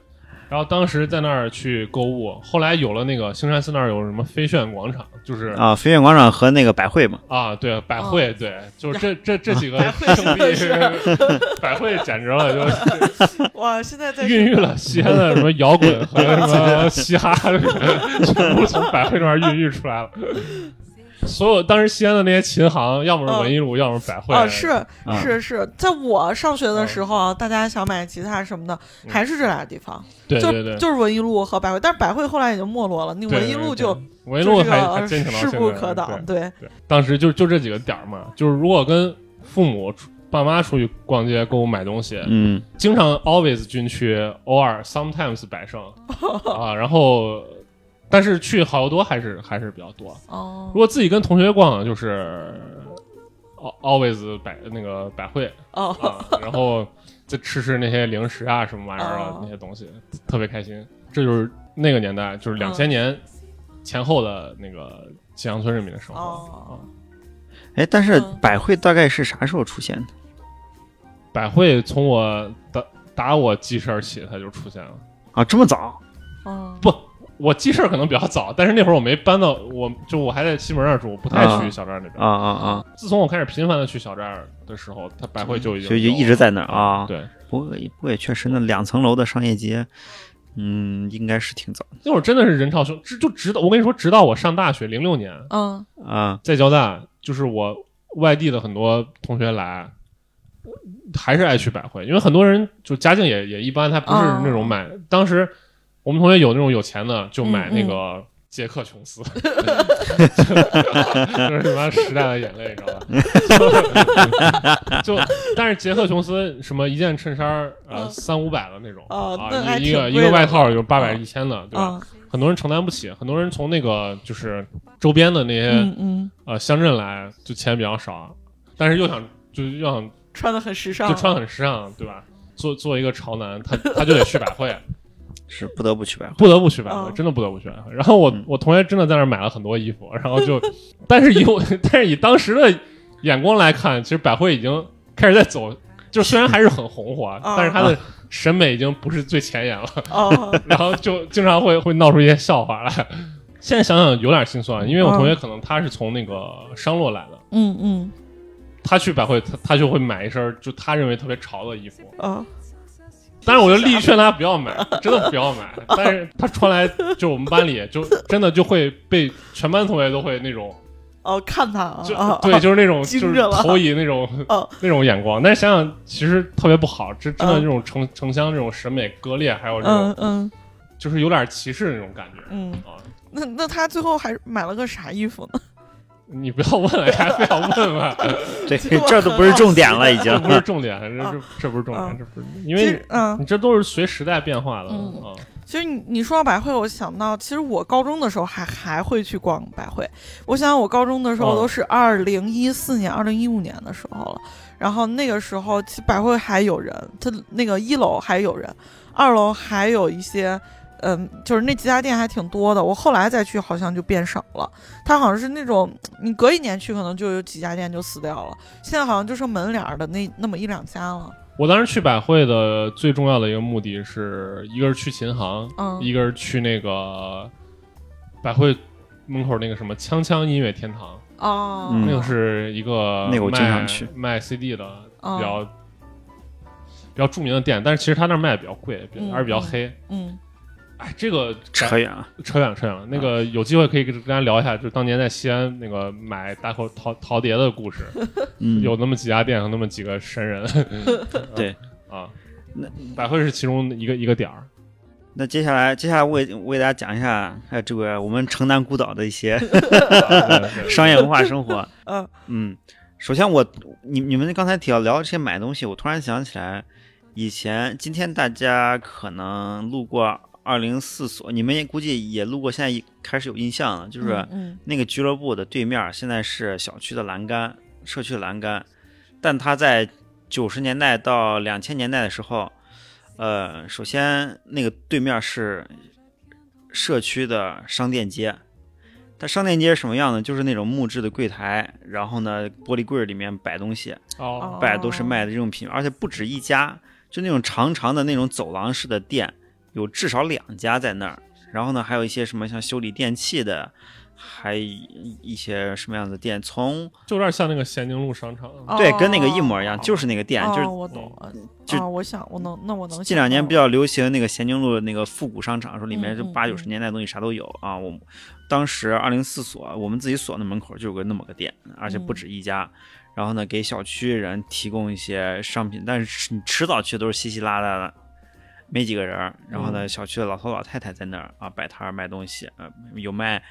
Speaker 1: 然后当时在那儿去购物，后来有了那个兴山寺那儿有什么飞旋广场，就是
Speaker 2: 啊，飞跃广场和那个百汇嘛，
Speaker 1: 啊对，百汇，对，就是这这这几个
Speaker 3: 哦百汇
Speaker 1: 圣地
Speaker 3: 是，
Speaker 1: 百汇简直了，就是
Speaker 3: 嗯哇，现在在
Speaker 1: 孕育了西安的什么摇滚和什 么嘻哈， 全部从百汇那儿孕育出来了。所有当时西安的那些琴行，要么是文艺路，要么是百汇
Speaker 3: 啊，哦是
Speaker 1: 嗯
Speaker 2: 啊
Speaker 3: 是是，在我上学的时候啊，大家想买吉他什么的，
Speaker 1: 嗯
Speaker 3: 还是这俩地方，
Speaker 1: 对
Speaker 3: 就
Speaker 1: 对对，
Speaker 3: 就是文艺路和百汇，但是百汇后来已经没落了，那
Speaker 1: 对
Speaker 3: 文艺路就
Speaker 1: 对对文艺
Speaker 3: 就
Speaker 1: 路
Speaker 3: 这
Speaker 1: 还还
Speaker 3: 个
Speaker 1: 坚挺到
Speaker 3: 势
Speaker 1: 现
Speaker 3: 不
Speaker 1: 在
Speaker 3: 可
Speaker 1: 对
Speaker 3: 挡，对，
Speaker 1: 对，当时就就这几个点儿嘛，就是如果跟父母出、爸妈出去逛街、购物、买东西，
Speaker 2: 嗯，
Speaker 1: 经常 always 军区，偶尔 sometimes 百 盛啊，然后但是去好多还是还是比较多。
Speaker 3: 哦
Speaker 1: 如果自己跟同学逛，就是 al- always 百那个百汇
Speaker 3: 哦，
Speaker 1: 啊，然后再吃吃那些零食啊什么玩意儿的
Speaker 3: 哦
Speaker 1: 那些东西，特别开心。这就是那个年代，就是两
Speaker 3: 嗯
Speaker 1: 千年前后的那个吉阳村人民的生活。
Speaker 3: 哦
Speaker 1: 啊
Speaker 2: 哎，但是
Speaker 3: 嗯
Speaker 2: 百汇大概是啥时候出现的？
Speaker 1: 百汇从我打打我记事儿起，它就出现了。
Speaker 2: 啊，这么早？
Speaker 3: 嗯，
Speaker 1: 不，我记事儿可能比较早，但是那会儿我没搬到，我就我还在西门那儿住，我不太去小寨儿那边。
Speaker 2: 啊啊啊！
Speaker 1: 自从我开始频繁的去小寨儿的时候，它百汇就已经
Speaker 2: 所以就一直在那儿啊。
Speaker 1: 对，
Speaker 2: 不过不过也确实，那两层楼的商业街，嗯，应该是挺早
Speaker 1: 那会儿真的是人潮汹，直就直到我跟你说，直到我上大学零六年
Speaker 3: 嗯
Speaker 2: 啊。
Speaker 1: 在交大，就是我外地的很多同学来，还是爱去百汇，因为很多人就家境也也一般，他不是
Speaker 3: 哦
Speaker 1: 那种买。当时我们同学有那种有钱的，就买
Speaker 3: 嗯嗯
Speaker 1: 那个杰克琼 斯，就是什么时代的眼泪，你知道吧？ 就但是杰克琼斯什么一件衬衫儿呃
Speaker 3: 嗯
Speaker 1: 三五百的那种
Speaker 3: 哦
Speaker 1: 啊
Speaker 3: 那，还
Speaker 1: 一
Speaker 3: 挺
Speaker 1: 个一
Speaker 3: 贵
Speaker 1: 个
Speaker 3: 的
Speaker 1: 外套有八百
Speaker 3: 嗯
Speaker 1: 一千的，对吧？
Speaker 3: 嗯
Speaker 1: 很多人承担不起，很多人从那个就是周边的那些、
Speaker 3: 嗯嗯，
Speaker 1: 呃乡镇来，就钱比较少，但是又想就是又想
Speaker 3: 穿的很时尚，啊
Speaker 1: 就穿很时尚，对吧？做做一个潮男， 他他就得去百汇，
Speaker 2: 是不得不去 百汇。
Speaker 1: 不得不去百汇，
Speaker 3: 嗯
Speaker 1: 真的不得不去百汇。然后我
Speaker 2: 嗯
Speaker 1: 我同学真的在那儿买了很多衣服，然后就，但是以我 但是以当时的眼光来看，其实百汇已经开始在走，就虽然还是很红火，
Speaker 3: 嗯
Speaker 1: 但是他的审美已经不是最前沿了。
Speaker 3: 哦，
Speaker 1: 然后就经常会会闹出一些笑话来。现在想想有点心酸，因为我同学可能他是从那个商洛来的，
Speaker 3: 嗯嗯
Speaker 1: 他去百汇，他他就会买一身儿就他认为特别潮的衣服，
Speaker 3: 哦，
Speaker 1: 但是我就力
Speaker 3: 啊
Speaker 1: 劝他不要买， 真的不要 买。但是他穿来就我们班里就真的就会被全班同学都会那种
Speaker 3: 哦，看他啊
Speaker 1: 就，
Speaker 3: 哦
Speaker 1: 对，就是那种就
Speaker 3: 惊
Speaker 1: 是
Speaker 3: 着了
Speaker 1: 投以那种
Speaker 3: 哦
Speaker 1: 那种眼光。但是想想其实特别不好，这真的
Speaker 3: 嗯
Speaker 1: 这种城城乡这种审美割裂，还有这
Speaker 3: 嗯
Speaker 1: 种
Speaker 3: 嗯
Speaker 1: 就是有点歧视的那种感觉
Speaker 3: 嗯，
Speaker 1: 啊。
Speaker 3: 那那他最后还买了个啥衣服呢？
Speaker 1: 你不要问了，还非要问 问，
Speaker 2: 对，
Speaker 3: 其实我
Speaker 2: 这都不是重点了，已经
Speaker 1: 这。不 是重点，这这这不是重
Speaker 3: 啊
Speaker 1: 点，这不是，因
Speaker 3: 其
Speaker 1: 为
Speaker 3: 实嗯，
Speaker 1: 你这都是随时代变化的
Speaker 3: 嗯
Speaker 1: 啊。
Speaker 3: 其实你你说到百汇，我想到其实我高中的时候还还会去逛百汇。我想想我高中的时候
Speaker 1: 哦
Speaker 3: 都是二零一四年、二零一五年的时候了，然后那个时候其实百汇还有人，它那个一楼还有人，二楼还有一些。嗯，就是那几家店还挺多的，我后来再去好像就变少了。它好像是那种嗯你隔一年去，可能就有几家店就死掉了。现在好像就剩门脸儿的那那么一两家了。
Speaker 1: 我当时去百汇的最重要的一个目的是，一个是去琴行，
Speaker 3: 嗯
Speaker 1: 一个是去那个百汇门口那个什么锵锵音乐天堂，
Speaker 3: 哦，
Speaker 2: 嗯
Speaker 1: 那个是一个
Speaker 2: 那个我经常
Speaker 1: 卖
Speaker 2: 去
Speaker 1: 卖 CD 的
Speaker 3: 哦
Speaker 1: 比较比较著名的店，但是其实他那儿卖的比较贵，比
Speaker 3: 嗯
Speaker 1: 而且比较黑。
Speaker 3: 嗯
Speaker 1: 哎，这个
Speaker 2: 扯嗯远了，
Speaker 1: 扯远了扯远了，那个有机会可以跟大家聊一下，就当年在西安那个买大口陶陶碟的故事，
Speaker 2: 嗯，
Speaker 1: 有那么几家店和那么几个神人
Speaker 2: 对
Speaker 1: 啊
Speaker 2: 那。
Speaker 1: 百汇是其中一个一个点儿，
Speaker 2: 那接下来，接下来我给我给大家讲一下，哎，这个我们城南孤岛的一些 嗯
Speaker 1: 啊对对
Speaker 2: 商业文化生活。
Speaker 3: 嗯
Speaker 2: 嗯，首先我你你们刚才提到聊这些买东西，我突然想起来，以前今天大家可能路过二零四所，你们也估计也路过，现在也开始有印象了，就是。
Speaker 3: 嗯嗯
Speaker 2: 那个俱乐部的对面现在是小区的栏杆，社区的栏杆，但它在九十年代到两千年代的时候，呃，首先那个对面是社区的商店街，它商店街是什么样呢？就是那种木质的柜台，然后呢，玻璃柜里面摆东西，
Speaker 1: 哦，
Speaker 2: 摆都是卖的日用品，而且不止一家，就那种长长的那种走廊式的店，有至少两家在那儿。然后呢，还有一些什么像修理电器的，还一些什么样的店，从
Speaker 1: 就有点像那个咸宁路商场，
Speaker 3: 哦
Speaker 2: 对跟那个一模一样，就是那个店，
Speaker 3: 哦、
Speaker 2: 就是
Speaker 3: 我懂
Speaker 1: 嗯
Speaker 3: 了，
Speaker 2: 就
Speaker 3: 啊，我想我能，那我能
Speaker 2: 近
Speaker 3: 想
Speaker 2: 两年
Speaker 3: 到
Speaker 2: 比较流行那个咸宁路那个复古商场，说里面
Speaker 3: 嗯
Speaker 2: 就
Speaker 3: 嗯
Speaker 2: 八九
Speaker 3: 嗯
Speaker 2: 十年代的东西啥都有啊。我们当时二零四所，我们自己所的门口就有个那么个店，而且不
Speaker 3: 嗯
Speaker 2: 止一家。然后呢，给小区人提供一些商品，但是你迟早去都是稀稀拉拉的，没几个人儿。然后呢，
Speaker 3: 嗯
Speaker 2: 小区的老头老太太在那儿啊摆摊儿卖东西，呃，有卖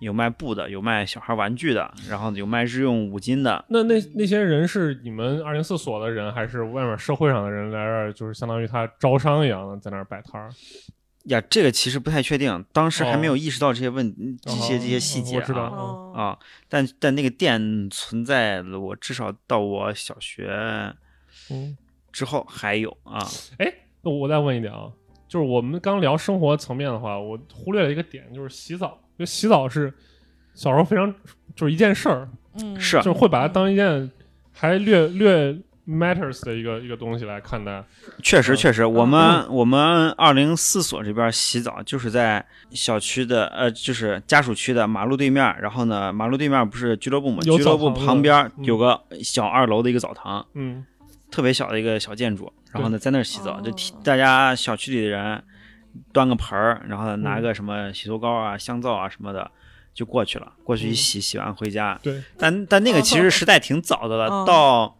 Speaker 2: 有卖布的，有卖小孩玩具的，然后有卖日用五金的，
Speaker 1: 那那那些人是你们二零四所的人，还是外面社会上的人来这儿，就是相当于他招商一样的在那儿摆摊儿？
Speaker 2: 呀，这个其实不太确定，当时还没
Speaker 1: 哦
Speaker 2: 有意识到这些问、这些这些细节、啊
Speaker 1: 我知道
Speaker 3: 哦
Speaker 2: 啊，但但那个店存在了，我至少到我小学
Speaker 1: 嗯，
Speaker 2: 之后还有啊，
Speaker 1: 哎，那我再问一点啊，就是我们刚聊生活层面的话，我忽略了一个点，就是洗澡，就洗澡是小时候非常就是一件事儿，
Speaker 3: 嗯
Speaker 2: 是啊
Speaker 1: 就是会把它当一件还略略 matters 的一个一个东西来看待。
Speaker 2: 确实
Speaker 1: 嗯
Speaker 2: 确实，我们我们二零四所这边洗澡就是在小区的呃，就是家属区的马路对面，然后呢，马路对面不是俱乐部嘛，
Speaker 1: 有
Speaker 2: 俱乐部
Speaker 1: 澡堂子
Speaker 2: 旁边
Speaker 1: 嗯
Speaker 2: 有个小二楼的一个澡堂，
Speaker 1: 嗯，
Speaker 2: 特别小的一个小建筑，然后呢，在那儿洗澡，就提
Speaker 3: 哦
Speaker 2: 大家小区里的人端个盆儿，然后呢
Speaker 1: 嗯
Speaker 2: 拿个什么洗头膏啊、香皂啊什么的，就过去了。过去一
Speaker 1: 嗯
Speaker 2: 洗，洗完回家。
Speaker 1: 对，
Speaker 2: 但但那个其实时代挺早的了，
Speaker 3: 哦
Speaker 2: 到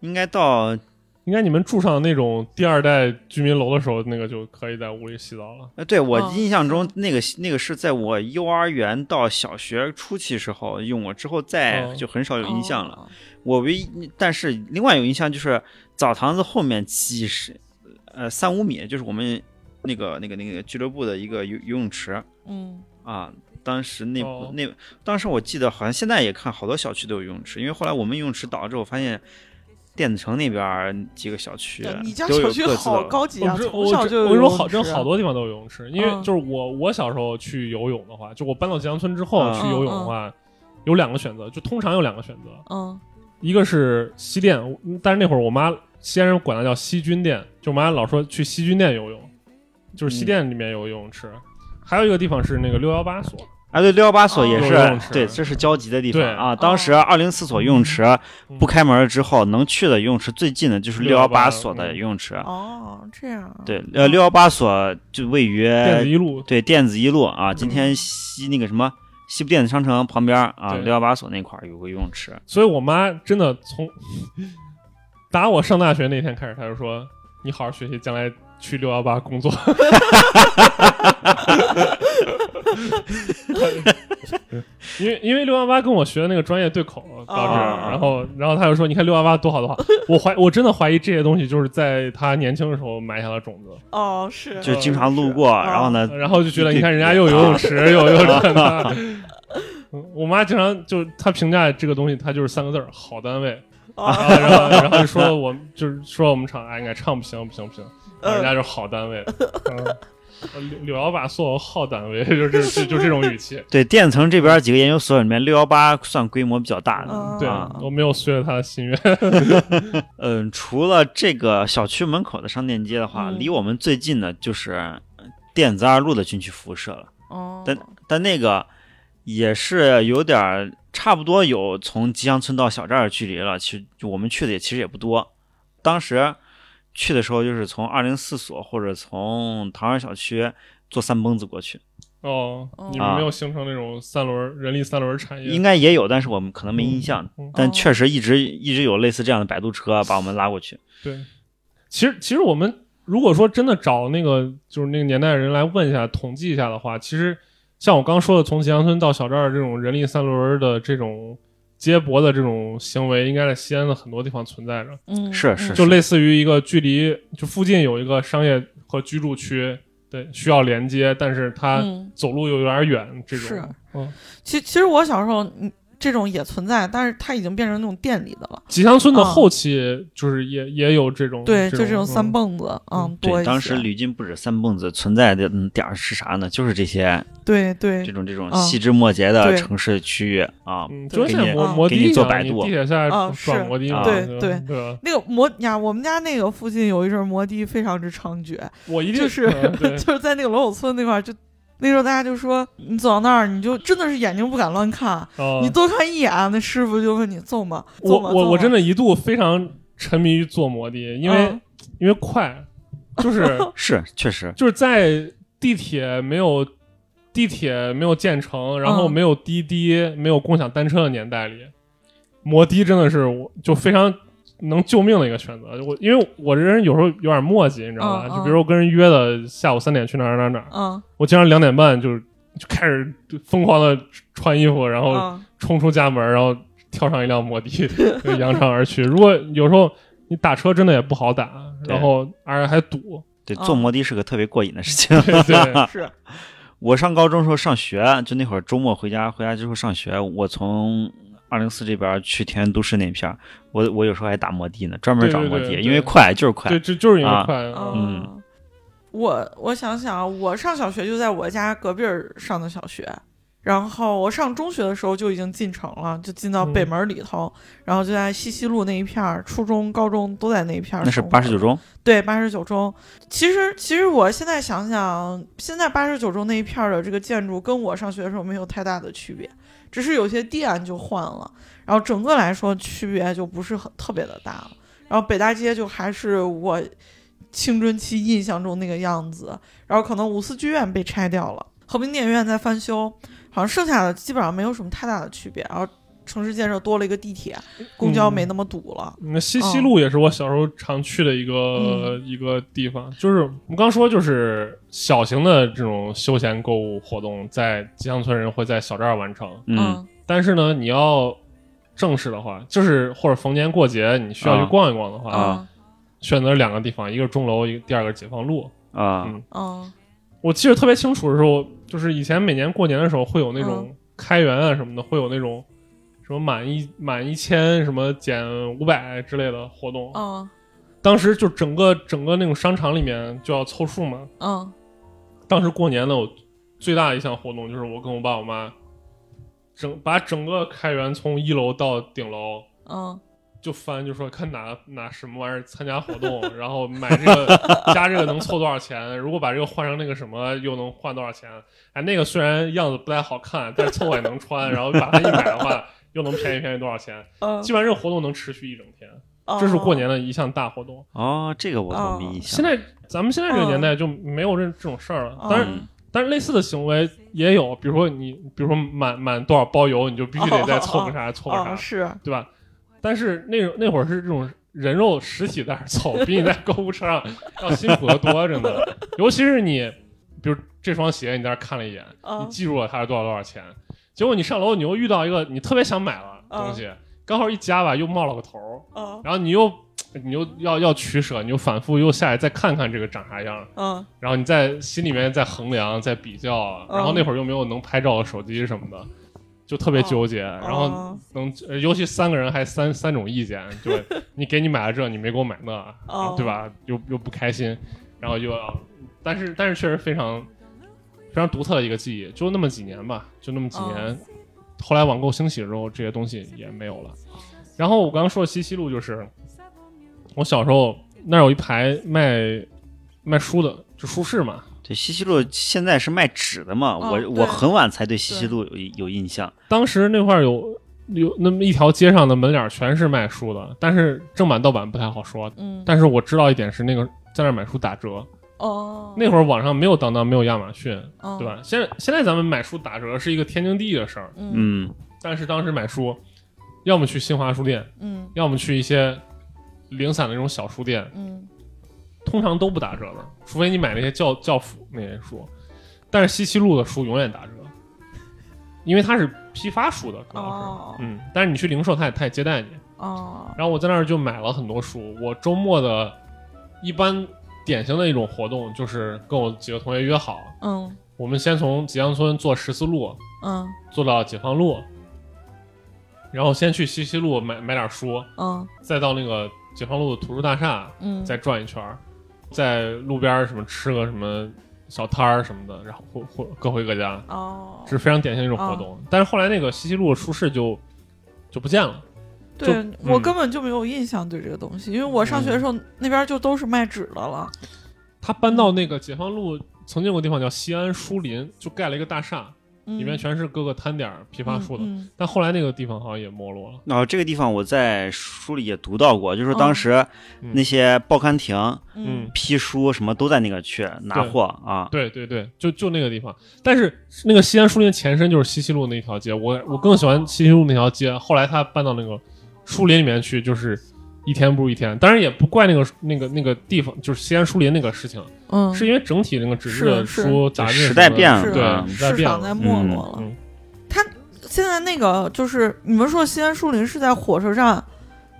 Speaker 2: 应该到
Speaker 1: 应该你们住上那种第二代居民楼的时候，那个就可以在屋里洗澡了。
Speaker 2: 呃，对我
Speaker 3: 哦
Speaker 2: 印象中那个那个是在我幼儿园到小学初期时候用过，之后再
Speaker 1: 哦
Speaker 2: 就很少有印象了。
Speaker 3: 哦。
Speaker 2: 我唯一但是另外有印象就是澡堂子后面几十呃三五米，就是我们那个那个那个俱乐部的一个游游泳池
Speaker 3: 嗯，
Speaker 2: 啊。当时那、
Speaker 1: 哦
Speaker 2: 那当时我记得好像现在也看好多小区都有游泳池，因为后来我们游泳池倒了之后，发现电子城那边儿几个小区
Speaker 3: 对你家
Speaker 2: 啊都有
Speaker 3: 小
Speaker 2: 各自
Speaker 3: 区
Speaker 2: 的
Speaker 3: 好高级啊，
Speaker 1: 我不是
Speaker 3: 从小
Speaker 1: 我
Speaker 3: 就
Speaker 1: 这
Speaker 3: 有
Speaker 1: 我跟你说
Speaker 3: 游泳
Speaker 1: 好，真
Speaker 3: 池
Speaker 1: 好多地方都有游泳池，因为
Speaker 3: 嗯
Speaker 1: 就是我我小时候去游泳的话，就我搬到吉阳村之后
Speaker 2: 嗯
Speaker 1: 去游泳的话，有两个选择，就通常有两个选择，
Speaker 3: 嗯
Speaker 1: 一个是西店，嗯但是那会儿我妈西安人管它叫西军店，就我妈老说去西军店游泳，就是西店里面有游泳池，还有一个地方是那个六幺八所，
Speaker 2: 啊，对，六幺八所也
Speaker 1: 哦
Speaker 2: 是、
Speaker 1: 有游泳池
Speaker 2: 对，这是交集的地方
Speaker 1: 对
Speaker 2: 啊。当时二零四所游泳池
Speaker 1: 嗯
Speaker 2: 不开门儿之后，能去的游泳池最近的就是六幺八所
Speaker 1: 嗯
Speaker 2: 的游泳池。
Speaker 3: 哦，这样啊
Speaker 2: 啊对，呃，六幺八所就位于
Speaker 1: 电子一路，
Speaker 2: 对电子一路啊，
Speaker 1: 嗯
Speaker 2: 今天西那个什么西部电子商城旁边儿啊，
Speaker 1: 对
Speaker 2: 六幺八所那块儿有个游泳池。
Speaker 1: 所以我妈真的从打我上大学那天开始，她就说你好好学习，将来去六幺八工作。 因为因为六幺八跟我学的那个专业对口，当时，
Speaker 2: 哦
Speaker 1: 然后然后她就说，你看六幺八多好多 好，我怀我真的怀疑这些东西就是在她年轻的时候埋下了种子。
Speaker 3: 哦是，
Speaker 2: 就经常路过，
Speaker 3: 哦
Speaker 2: 然后呢，
Speaker 1: 然后就觉得
Speaker 2: 对
Speaker 1: 你看人家又有游泳池，又又这那。嗯我妈经常就她评价这个东西，她就是三个字儿：好单位。
Speaker 3: 哦
Speaker 1: 然后然后然后就说我们就是说我们厂哎，你看唱不行不行不行，然后人家就是好单位。嗯，柳柳摇把所有好单位，就就就就这种语气。
Speaker 2: 对电子城这边儿几个研究所里面，六幺八算规模比较大的。
Speaker 3: 嗯
Speaker 1: 对
Speaker 2: 啊，
Speaker 1: 我没有随着他的心愿。
Speaker 2: 嗯，除了这个小区门口的商店街的话，
Speaker 3: 嗯
Speaker 2: 离我们最近的就是电子二路的军区服务社了。
Speaker 3: 哦，
Speaker 2: 但那个也是有点儿差不多有从吉祥村到小寨儿的距离了。其实我们去的也其实也不多，当时去的时候就是从二零四所或者从唐山小区坐三蹦子过去，
Speaker 1: 哦
Speaker 3: 哦，
Speaker 1: 你们没有形成那种三轮人力三轮产业，
Speaker 2: 啊应该也有，但是我们可能没印象。
Speaker 1: 哎嗯
Speaker 2: 但确实一直一直有类似这样的摆渡车啊把我们拉过去。
Speaker 1: 对，其实其实我们如果说真的找那个就是那个年代的人来问一下、统计一下的话，其实像我刚说的，从吉祥村到小寨儿这种人力三轮儿的这种接驳的这种行为，应该在西安的很多地方存在着，
Speaker 3: 嗯
Speaker 2: 是啊是
Speaker 3: 嗯
Speaker 1: 就类似于一个距离就附近有一个商业和居住区，对，需要连接，但是
Speaker 2: 啊
Speaker 1: 它
Speaker 3: 嗯
Speaker 1: 走路又有点远，这种
Speaker 3: 是
Speaker 1: 嗯，
Speaker 3: 其其实我小时候，嗯，这种也存在，但是它已经变成那种店里的了。
Speaker 1: 吉祥村的
Speaker 3: 哦
Speaker 1: 后期就是也、也有这种
Speaker 3: 对，就这种
Speaker 1: 种
Speaker 3: 三
Speaker 1: 嗯
Speaker 3: 蹦子，嗯，
Speaker 1: 嗯
Speaker 3: 多
Speaker 2: 对，
Speaker 3: 一些。
Speaker 2: 当时吕金不止三蹦子存在的嗯点儿是啥呢？就是这些
Speaker 3: 对对
Speaker 2: 这，种这种
Speaker 3: 嗯
Speaker 2: 细枝末节的
Speaker 3: 对
Speaker 2: 城市区域啊，
Speaker 1: 嗯，
Speaker 3: 对
Speaker 1: 就现在摩
Speaker 3: 给你
Speaker 1: 摩
Speaker 2: 给你
Speaker 1: 的
Speaker 2: 做百度
Speaker 1: 地铁下
Speaker 3: 啊
Speaker 1: 转
Speaker 3: 是
Speaker 1: 摩的嘛，
Speaker 2: 啊
Speaker 3: 对
Speaker 1: 对
Speaker 3: 对
Speaker 1: 吧对吧，
Speaker 3: 那个摩呀，我们家那个附近有一阵摩的非常之猖獗，
Speaker 1: 我一定
Speaker 3: 就是
Speaker 1: 嗯 对
Speaker 3: 就是在那个罗口村那块儿，就那时候大家就说，你走到那儿，你就真的是眼睛不敢乱看，
Speaker 1: 啊
Speaker 3: 你多看一眼，那师傅就问你揍吗？
Speaker 1: 我
Speaker 3: 揍吗？
Speaker 1: 我我真
Speaker 3: 的
Speaker 1: 的一度非常沉迷于坐摩的，因为、
Speaker 3: 嗯
Speaker 1: 因为快，就是
Speaker 2: 是确实。
Speaker 1: 就是在地铁没有地铁没有建成，然后
Speaker 3: 嗯
Speaker 1: 没有滴滴、没有共享单车的年代里，摩的真的是我就非常。能救命的一个选择，我因为我这人有时候有点磨叽，你知道吧？
Speaker 3: 嗯
Speaker 1: 就
Speaker 3: 嗯
Speaker 1: 比如我跟人约的下午三点去哪儿哪儿哪儿，
Speaker 3: 嗯
Speaker 1: 我经常两点半就就开始疯狂的穿衣服，然后
Speaker 3: 嗯
Speaker 1: 冲出家门，然后跳上一辆摩的，就扬长而去。如果有时候你打车真的也不好打，
Speaker 2: 对
Speaker 1: 然后而且还堵，
Speaker 2: 对，
Speaker 3: 嗯
Speaker 2: 坐摩的是个特别过瘾的事情。
Speaker 1: 对对，
Speaker 3: 是
Speaker 2: 我上高中的时候上学，就那会儿周末回家，回家之后上学，我从二零四这边去田园都市那片儿，我我有时候还打摩的呢，专门找摩
Speaker 1: 对
Speaker 2: 的，
Speaker 1: 对对对
Speaker 2: 因为快就是快
Speaker 1: 对，。这就是因
Speaker 2: 啊
Speaker 1: 为快，
Speaker 2: 嗯
Speaker 3: 嗯。我我想想啊，我上小学就在我家隔壁儿上的小学，然后我上中学的时候就已经进城了，就进到北
Speaker 1: 嗯
Speaker 3: 门儿里头，然后就在西溪路那一片儿，初中、高中都在那一片儿
Speaker 2: 那是
Speaker 3: 生活。
Speaker 2: 八十九中，
Speaker 3: 对，八十九中。其实，其实我现在想想，现在八十九中那一片儿的这个建筑跟我上学的时候没有太大的区别，只是有些店就换了，然后整个来说区别就不是很特别的大了。然后北大街就还是我青春期印象中那个样子，然后可能五四剧院被拆掉了，和平电影院在翻修，好像剩下的基本上没有什么太大的区别。然后城市建设多了一个地铁，公交
Speaker 1: 嗯
Speaker 3: 没那么堵了。
Speaker 1: 那西西路也是我小时候常去的一个、一个地方，就是我们刚说，就是小型的这种休闲购物活动，在吉祥村人会在小寨儿完成，
Speaker 2: 嗯，
Speaker 1: 但是呢，你要正式的话，就是或者逢年过节你需要去
Speaker 2: 啊
Speaker 1: 逛一逛的话，
Speaker 3: 嗯
Speaker 2: 啊
Speaker 1: 选择两个地方，一个是钟楼，一个第二个是解放路。
Speaker 2: 啊
Speaker 1: 嗯
Speaker 3: 嗯
Speaker 1: 我记得特别清楚的时候，就是以前每年过年的时候会有那种开源啊什么的，会有那种什么满一满一千什么减五百之类的活动。
Speaker 3: 嗯
Speaker 1: 当时就整个整个那种商场里面就要凑数嘛。
Speaker 3: 嗯
Speaker 1: 当时过年呢，我最大的一项活动就是我跟我爸我妈整把整个开源从一楼到顶楼。
Speaker 3: 嗯
Speaker 1: 就翻，就说看哪哪什么玩意儿参加活动，然后买这个加这个能凑多少钱？ 如果把这个换成那个什么，又能换多少钱？哎，那个虽然样子不太好看，但是凑合也能穿。然后把它一买的话，又能便宜便宜多少钱？
Speaker 3: 嗯，
Speaker 1: 基本上这个活动能持续一整天，这是过
Speaker 3: 嗯。
Speaker 1: 年的一项大活动。
Speaker 2: 哦，这个我同意一下。
Speaker 1: 现在咱们现在这个年代就没有这这种事儿了，
Speaker 3: 嗯
Speaker 1: 但是
Speaker 2: 嗯
Speaker 1: 但是类似的行为也有，比如说你，比如说满满多少包邮，你就必须得再凑个啥凑个啥
Speaker 3: 嗯，。是，
Speaker 1: 对吧？但是那种那会儿是这种人肉实体在那儿凑，比你在购物车上要辛苦的多，真的。尤其是你，比如这双鞋，你在那儿看了一眼，你
Speaker 3: 嗯
Speaker 1: 记住了它是多少多少钱，结果你上楼，你又遇到一个你特别想买了
Speaker 3: 嗯
Speaker 1: 东西，刚好一加吧，又冒了个头儿，
Speaker 3: 嗯
Speaker 1: 然后你又你又要要取舍，你又反复又下来再看看这个长啥样，
Speaker 3: 嗯
Speaker 1: 然后你在心里面在衡量、在比较，啊
Speaker 3: 嗯哦
Speaker 1: 然后那会儿又没有能拍照的手机什么的，就特别纠结。然后
Speaker 3: 嗯
Speaker 1: 能，呃尤其三个人还三三种意见，对， 你给你买了这，你没给我买那，
Speaker 3: 哦
Speaker 1: 对吧？又又不开心，然后又要，但是但是确实非常非常独特的一个记忆，就那么几年吧，就那么几年。
Speaker 3: 哦
Speaker 1: 后来网购兴起之后，这些东西也没有了。然后我刚刚说的西溪路就是，我小时候那儿有一排卖卖书的，就书市嘛。
Speaker 2: 对西西路现在是卖纸的嘛，
Speaker 3: 哦
Speaker 2: 我
Speaker 3: 对
Speaker 2: 我很晚才对西西路有有印象。
Speaker 1: 当时那块儿有有那么一条街上的门脸儿全是卖书的，但是正版盗版不太好说。
Speaker 3: 嗯，
Speaker 1: 但是我知道一点是，那个在那儿买书打折。
Speaker 3: 哦，
Speaker 1: 那会儿网上没有当当，没有亚马逊，
Speaker 3: 嗯
Speaker 1: 对吧？现在现在咱们买书打折是一个天经地义的事儿，
Speaker 3: 嗯
Speaker 2: 嗯
Speaker 1: 但是当时买书，要么去新华书店，
Speaker 3: 嗯
Speaker 1: 要么去一些零散的那种小书店，
Speaker 3: 嗯
Speaker 1: 通常都不打折的，除非你买那些教教辅那些书。但是西西路的书永远打折，因为它是批发书的，主要是。
Speaker 3: 哦
Speaker 1: 嗯，但是你去零售，他也他也接待你。
Speaker 3: 哦
Speaker 1: 然后我在那儿就买了很多书。我周末的，一般典型的一种活动就是跟我几个同学约好，
Speaker 3: 嗯
Speaker 1: 我们先从吉祥村坐十四路
Speaker 3: 嗯
Speaker 1: 坐到解放路，然后先去西溪路买买点书，
Speaker 3: 嗯
Speaker 1: 再到那个解放路图书大厦
Speaker 3: 嗯，
Speaker 1: 再转一圈儿，在路边儿什么吃个什么小摊儿什么的，然后或或各回各家，
Speaker 3: 哦
Speaker 1: 这，是非常典型的一种活动。但是后来那个西溪路书市就就不见了。
Speaker 3: 对
Speaker 1: 就
Speaker 3: 我
Speaker 1: 嗯
Speaker 3: 根本就没有印象对这个东西，因为我上学的时候那边就都是卖纸的了。
Speaker 1: 他搬到那个解放路，曾经有个地方叫西安书林，就盖了一个大厦，
Speaker 3: 嗯
Speaker 1: 里面全是各个摊点儿批发书的。
Speaker 3: 嗯
Speaker 1: 但后来那个地方好像也没落了。
Speaker 2: 然嗯哦后这个地方我在书里也读到过，就是说当
Speaker 3: 嗯
Speaker 2: 时
Speaker 1: 嗯
Speaker 2: 那些报刊亭
Speaker 3: 嗯
Speaker 2: 批书什么都在那个去拿
Speaker 1: 对
Speaker 2: 货啊。
Speaker 1: 对对对，就就那个地方。但是那个西安书林的前身就是西溪路那条街，我我更喜欢西溪路那条街。后来他搬到那个书林里面去，就是一天不如一天。当然也不怪那个那个那个地方，就是西安书林那个事情，
Speaker 3: 嗯，
Speaker 1: 是因为整体那个纸质
Speaker 3: 是
Speaker 1: 的
Speaker 3: 是
Speaker 1: 书杂志
Speaker 2: 时
Speaker 1: 什
Speaker 2: 代
Speaker 1: 么的
Speaker 2: 变了
Speaker 3: 是
Speaker 1: 对
Speaker 3: 的
Speaker 2: 嗯
Speaker 1: 时代
Speaker 3: 市
Speaker 1: 变
Speaker 3: 场
Speaker 1: 了
Speaker 3: 在没落了。
Speaker 1: 嗯
Speaker 3: 现在那个就是你们说西安树林是在火车站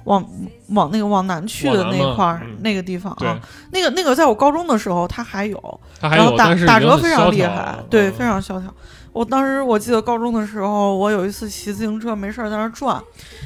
Speaker 3: 往往那个往南去的
Speaker 1: 往南
Speaker 3: 那
Speaker 1: 嘛
Speaker 3: 块儿、
Speaker 1: 嗯
Speaker 3: 那个地方
Speaker 1: 对，
Speaker 3: 啊，那个那个在我高中的时候它还有，
Speaker 1: 它还
Speaker 3: 然
Speaker 1: 有
Speaker 3: 后打
Speaker 1: 但是
Speaker 3: 打
Speaker 1: 已经
Speaker 3: 折
Speaker 1: 很
Speaker 3: 非
Speaker 1: 萧
Speaker 3: 常厉
Speaker 1: 条
Speaker 3: 害
Speaker 1: 了，
Speaker 3: 对，
Speaker 1: 嗯
Speaker 3: 非常萧条。我当时我记得高中的时候，我有一次骑自行车没事儿在那儿转，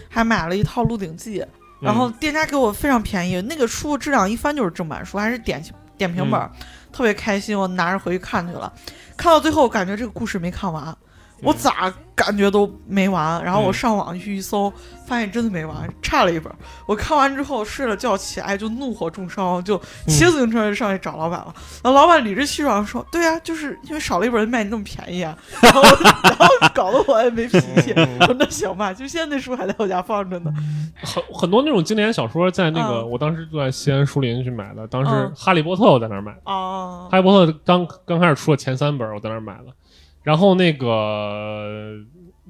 Speaker 3: 还买了一套《鹿鼎记》，
Speaker 1: 嗯
Speaker 3: 然后店家给我非常便宜，那个书质量一翻就是正版书，还是点点评本儿，特别开心。我拿着回去看去了，看到最后我感觉这个故事没看完，我
Speaker 1: 嗯
Speaker 3: 咋感觉都没完。然后我
Speaker 1: 嗯
Speaker 3: 上网去一搜，发现真的没完，差了一本儿。我看完之后睡了觉起来就怒火中烧，就骑自行车就上去找老板了。然后老板理直气壮地说：“对呀、就是因为少了一本儿卖你那么便宜啊。”然后然后搞得我也没脾气。
Speaker 1: 嗯
Speaker 3: 我说那行吧，就现在那书还在我家放着呢。
Speaker 1: 很很多那种经典小说，在那个、
Speaker 3: 嗯
Speaker 1: 我当时就在西安书林去买的，当时
Speaker 3: 嗯
Speaker 1: 《哈利波特》我在那儿买的，
Speaker 3: 啊，
Speaker 1: 哈利波特》刚刚开始出了前三本，我在那儿买的，然后那个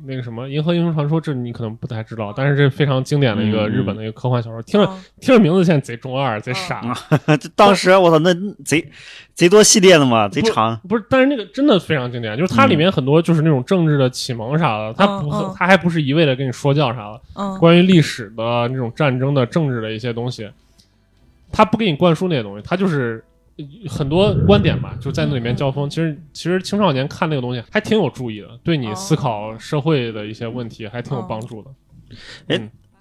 Speaker 1: 那个什么《银河英雄传说》，这你可能不太知
Speaker 3: 嗯
Speaker 1: 道，但是这非常经典的一个
Speaker 2: 嗯
Speaker 1: 日本的一个科幻小说，听着
Speaker 3: 啊
Speaker 1: 听着名字现在贼中二，贼傻。
Speaker 2: 嗯这当时我操，那贼贼多系列的嘛，贼长。
Speaker 1: 不是，但是那个真的非常经典，就是它里面很多就是那种政治的启蒙啥的，它不
Speaker 3: 嗯嗯嗯，
Speaker 1: 它还不是一味的跟你说教啥的，
Speaker 3: 嗯
Speaker 1: 关于历史的那种战争的政治的一些东西，他不给你灌输那些东西，他就是呃很多观点吧，就在那里面交锋。其实其实青少年看那个东西还挺有注意的，对你
Speaker 3: 哦
Speaker 1: 思考社会的一些问题还挺有帮助的。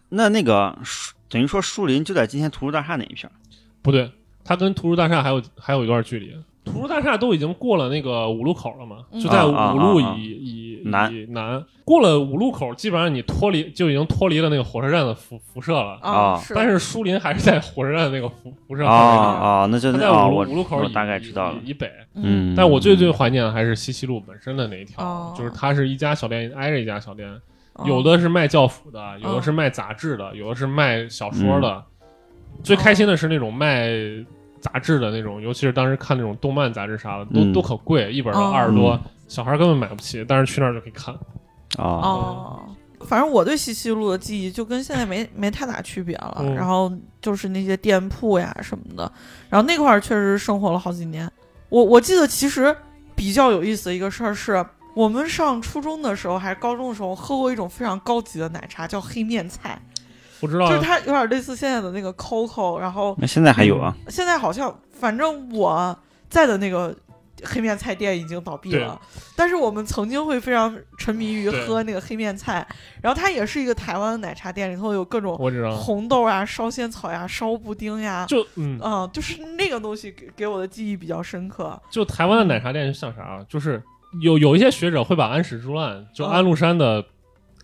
Speaker 2: 那那个树等于说树林就在今天图书大厦那一片儿，
Speaker 1: 不对，它跟图书大厦还有还有一段距离。图书大厦都已经过了那个五路口了嘛，
Speaker 3: 嗯
Speaker 1: 就在
Speaker 2: 啊
Speaker 1: 五路以、
Speaker 2: 啊啊啊
Speaker 1: 以
Speaker 2: 南
Speaker 1: 以南过了五路口，基本上你脱离就已经脱离了那个火车站的辐辐射了。
Speaker 2: 啊
Speaker 3: 啊，是
Speaker 1: 但是树林还是在火车站那个辐辐射
Speaker 2: 啊
Speaker 1: 范围内
Speaker 2: 啊，那就
Speaker 1: 它
Speaker 2: 那
Speaker 1: 在
Speaker 2: 啊，
Speaker 1: 五路
Speaker 2: 我
Speaker 1: 五路口
Speaker 2: 我
Speaker 1: 以
Speaker 2: 大概知道了
Speaker 1: 以。以北。
Speaker 2: 嗯，
Speaker 1: 但我最最怀念的还是西西路本身的那一条，
Speaker 3: 哦
Speaker 1: 就是它是一家小店挨着一家小店，
Speaker 3: 嗯
Speaker 1: 有的是卖教辅的，有
Speaker 3: 哦
Speaker 1: 的是卖杂志的，有的是卖小
Speaker 2: 嗯
Speaker 1: 说的。最开心的是那种卖杂志的那种，尤其是当时看那种动漫杂志啥的，都、
Speaker 2: 嗯
Speaker 1: 都可贵，一本
Speaker 3: 哦
Speaker 1: 二十多，小孩根本买不起，但是去那儿就可以看。
Speaker 2: 啊，
Speaker 3: 哦，反正我对西西路的记忆就跟现在没没太大区别了。
Speaker 1: 嗯
Speaker 3: 然后就是那些店铺呀什么的，然后那块儿确实生活了好几年。我我记得其实比较有意思的一个事儿是。我们上初中的时候还是高中的时候，喝过一种非常高级的奶茶，叫黑面菜，
Speaker 1: 不知道
Speaker 3: 就是它有点类似现在的那个 COCO，然后
Speaker 2: 那现在还有啊？
Speaker 3: 现在好像，反正我在的那个黑面菜店已经倒闭了，但是我们曾经会非常沉迷于
Speaker 1: 对
Speaker 3: 喝那个黑面菜，然后它也是一个台湾的奶茶店，里头有各种
Speaker 1: 我知道，
Speaker 3: 红豆啊、烧仙草呀、烧布丁呀，
Speaker 1: 嗯就嗯，
Speaker 3: 嗯，就是那个东西给给我的记忆比较深刻。
Speaker 1: 就台湾的奶茶店像啥啊，就是有有一些学者会把安史之乱，就
Speaker 3: 嗯
Speaker 1: 安禄山的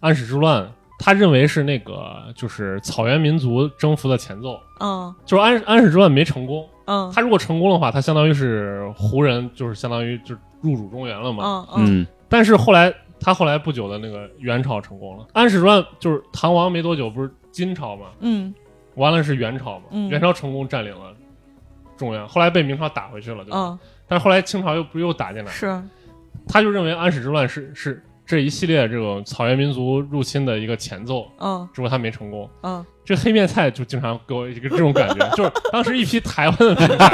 Speaker 1: 安史之乱，他认为是那个就是草原民族征服的前奏，
Speaker 3: 嗯
Speaker 1: 就是安安史之乱没成功。
Speaker 3: 嗯
Speaker 1: 他如果成功的话，他相当于是胡人，就是相当于就是入主中原了嘛。
Speaker 3: 嗯嗯
Speaker 2: 嗯
Speaker 1: 但是后来他后来不久的那个元朝成功了，安史之乱就是唐王没多久不是金朝嘛，
Speaker 3: 嗯
Speaker 1: 完了是元朝嘛，
Speaker 3: 嗯
Speaker 1: 元朝成功占领了中原，后来被明朝打回去了，对吧？
Speaker 3: 嗯，
Speaker 1: 但是后来清朝又不是又打进来了。
Speaker 3: 是
Speaker 1: 他就认为安史之乱是是这一系列这种草原民族入侵的一个前奏，
Speaker 3: 嗯
Speaker 1: 只不过他没成功。
Speaker 3: 嗯
Speaker 1: 这黑面菜就经常给我一个这种感觉， 就是当时一批台湾的品牌，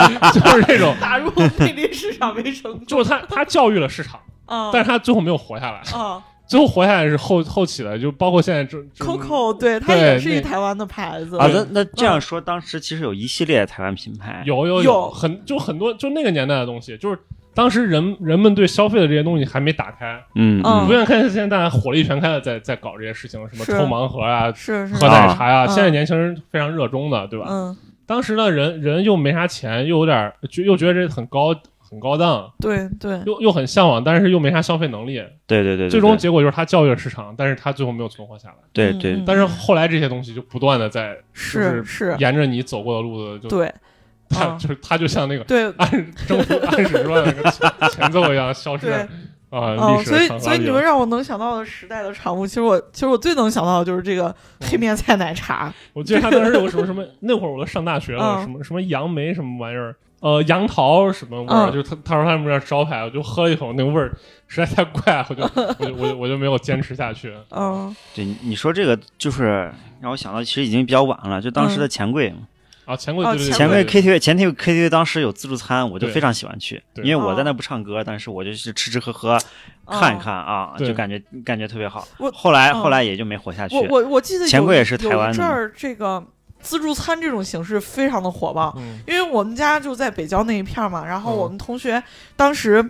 Speaker 1: 就是这种，
Speaker 3: 打入内地市场没成功。
Speaker 1: 就是他他教育了市场，
Speaker 3: 嗯，
Speaker 1: 但是他最后没有活下来，
Speaker 3: 嗯
Speaker 1: 最后活下来是后后起的，就包括现在这这
Speaker 3: ，COCO 对，它也是
Speaker 1: 对
Speaker 3: 一
Speaker 1: 那
Speaker 3: 台湾的牌子。
Speaker 2: 啊，那那这样说，当时其实有一系列台湾品牌，
Speaker 1: 有有
Speaker 3: 有
Speaker 1: 很就很多就那个年代的东西，就是当时人人们对消费的这些东西还没打开，
Speaker 2: 嗯
Speaker 3: 嗯
Speaker 1: 不愿看现在大家火力全开的在在搞这些事情，什么
Speaker 3: 是
Speaker 1: 抽盲盒啊，
Speaker 3: 是是
Speaker 1: 喝奶茶呀、
Speaker 3: 嗯
Speaker 1: 现在年轻人非常热衷的，对吧？
Speaker 3: 嗯，
Speaker 1: 当时呢，人人又没啥钱，又有点儿就又觉得这很高很高档，
Speaker 3: 对对，
Speaker 1: 又又很向往，但是又没啥消费能力。
Speaker 2: 对对对，对
Speaker 1: 最终结果就是他教育了市场，但是他最后没有存活下来。
Speaker 2: 对
Speaker 3: 嗯
Speaker 2: 对
Speaker 3: 嗯
Speaker 1: 但是后来这些东西就不断的在
Speaker 3: 是是，
Speaker 1: 沿着你走过的路子，就
Speaker 3: 对
Speaker 1: 他、
Speaker 3: 嗯
Speaker 1: 就是他就像那个
Speaker 3: 对
Speaker 2: 啊
Speaker 1: 安征服安史之乱那个 前前奏一样消失
Speaker 3: 对
Speaker 1: 在，啊、历
Speaker 3: 嗯，
Speaker 1: 史
Speaker 3: 所
Speaker 1: 的
Speaker 3: 以
Speaker 1: 长
Speaker 3: 所
Speaker 1: 河
Speaker 3: 以
Speaker 1: 里
Speaker 3: 你
Speaker 1: 了
Speaker 3: 们。让我能想到的时代的产物，其实我其实我最能想到的就是这个
Speaker 2: 嗯
Speaker 3: 黑面菜奶茶，
Speaker 1: 我记得他当时有 个什么什么，那会儿我都上大学了，
Speaker 3: 嗯
Speaker 1: 什么什么杨梅什么玩意儿，呃，杨桃什么味儿，
Speaker 3: 嗯
Speaker 1: 就是他他说他们这儿招牌，我就喝一口，那个味儿实在太怪，我就我就我就我就没有坚持下去。
Speaker 3: 嗯
Speaker 2: 对，你你说这个就是让我想到，其实已经比较晚了，就当时的钱柜，
Speaker 1: 啊，钱柜
Speaker 3: 哦
Speaker 1: 对对对，
Speaker 2: 钱柜
Speaker 1: 对
Speaker 2: KTV，前天 KTV 当时有自助餐，我就
Speaker 1: 对
Speaker 2: 非常喜欢去，
Speaker 1: 对
Speaker 2: 因
Speaker 3: 哦
Speaker 2: 为我在那不唱歌，但是我就去吃吃喝喝
Speaker 3: 嗯
Speaker 2: 看一看啊，
Speaker 1: 对
Speaker 2: 就感觉感觉特别好
Speaker 3: 哦我。
Speaker 2: 后来
Speaker 3: 嗯
Speaker 2: 后来也就没活下去
Speaker 3: 我，我我记得有
Speaker 2: 钱柜也是
Speaker 3: 有
Speaker 2: 台湾
Speaker 3: 一
Speaker 2: 的
Speaker 3: 阵
Speaker 2: 嘛
Speaker 3: 儿这个自助餐这种形式非常的火爆，
Speaker 1: 嗯
Speaker 3: 因为我们家就在北郊那一片儿嘛，然后
Speaker 1: 嗯
Speaker 3: 我们同学当时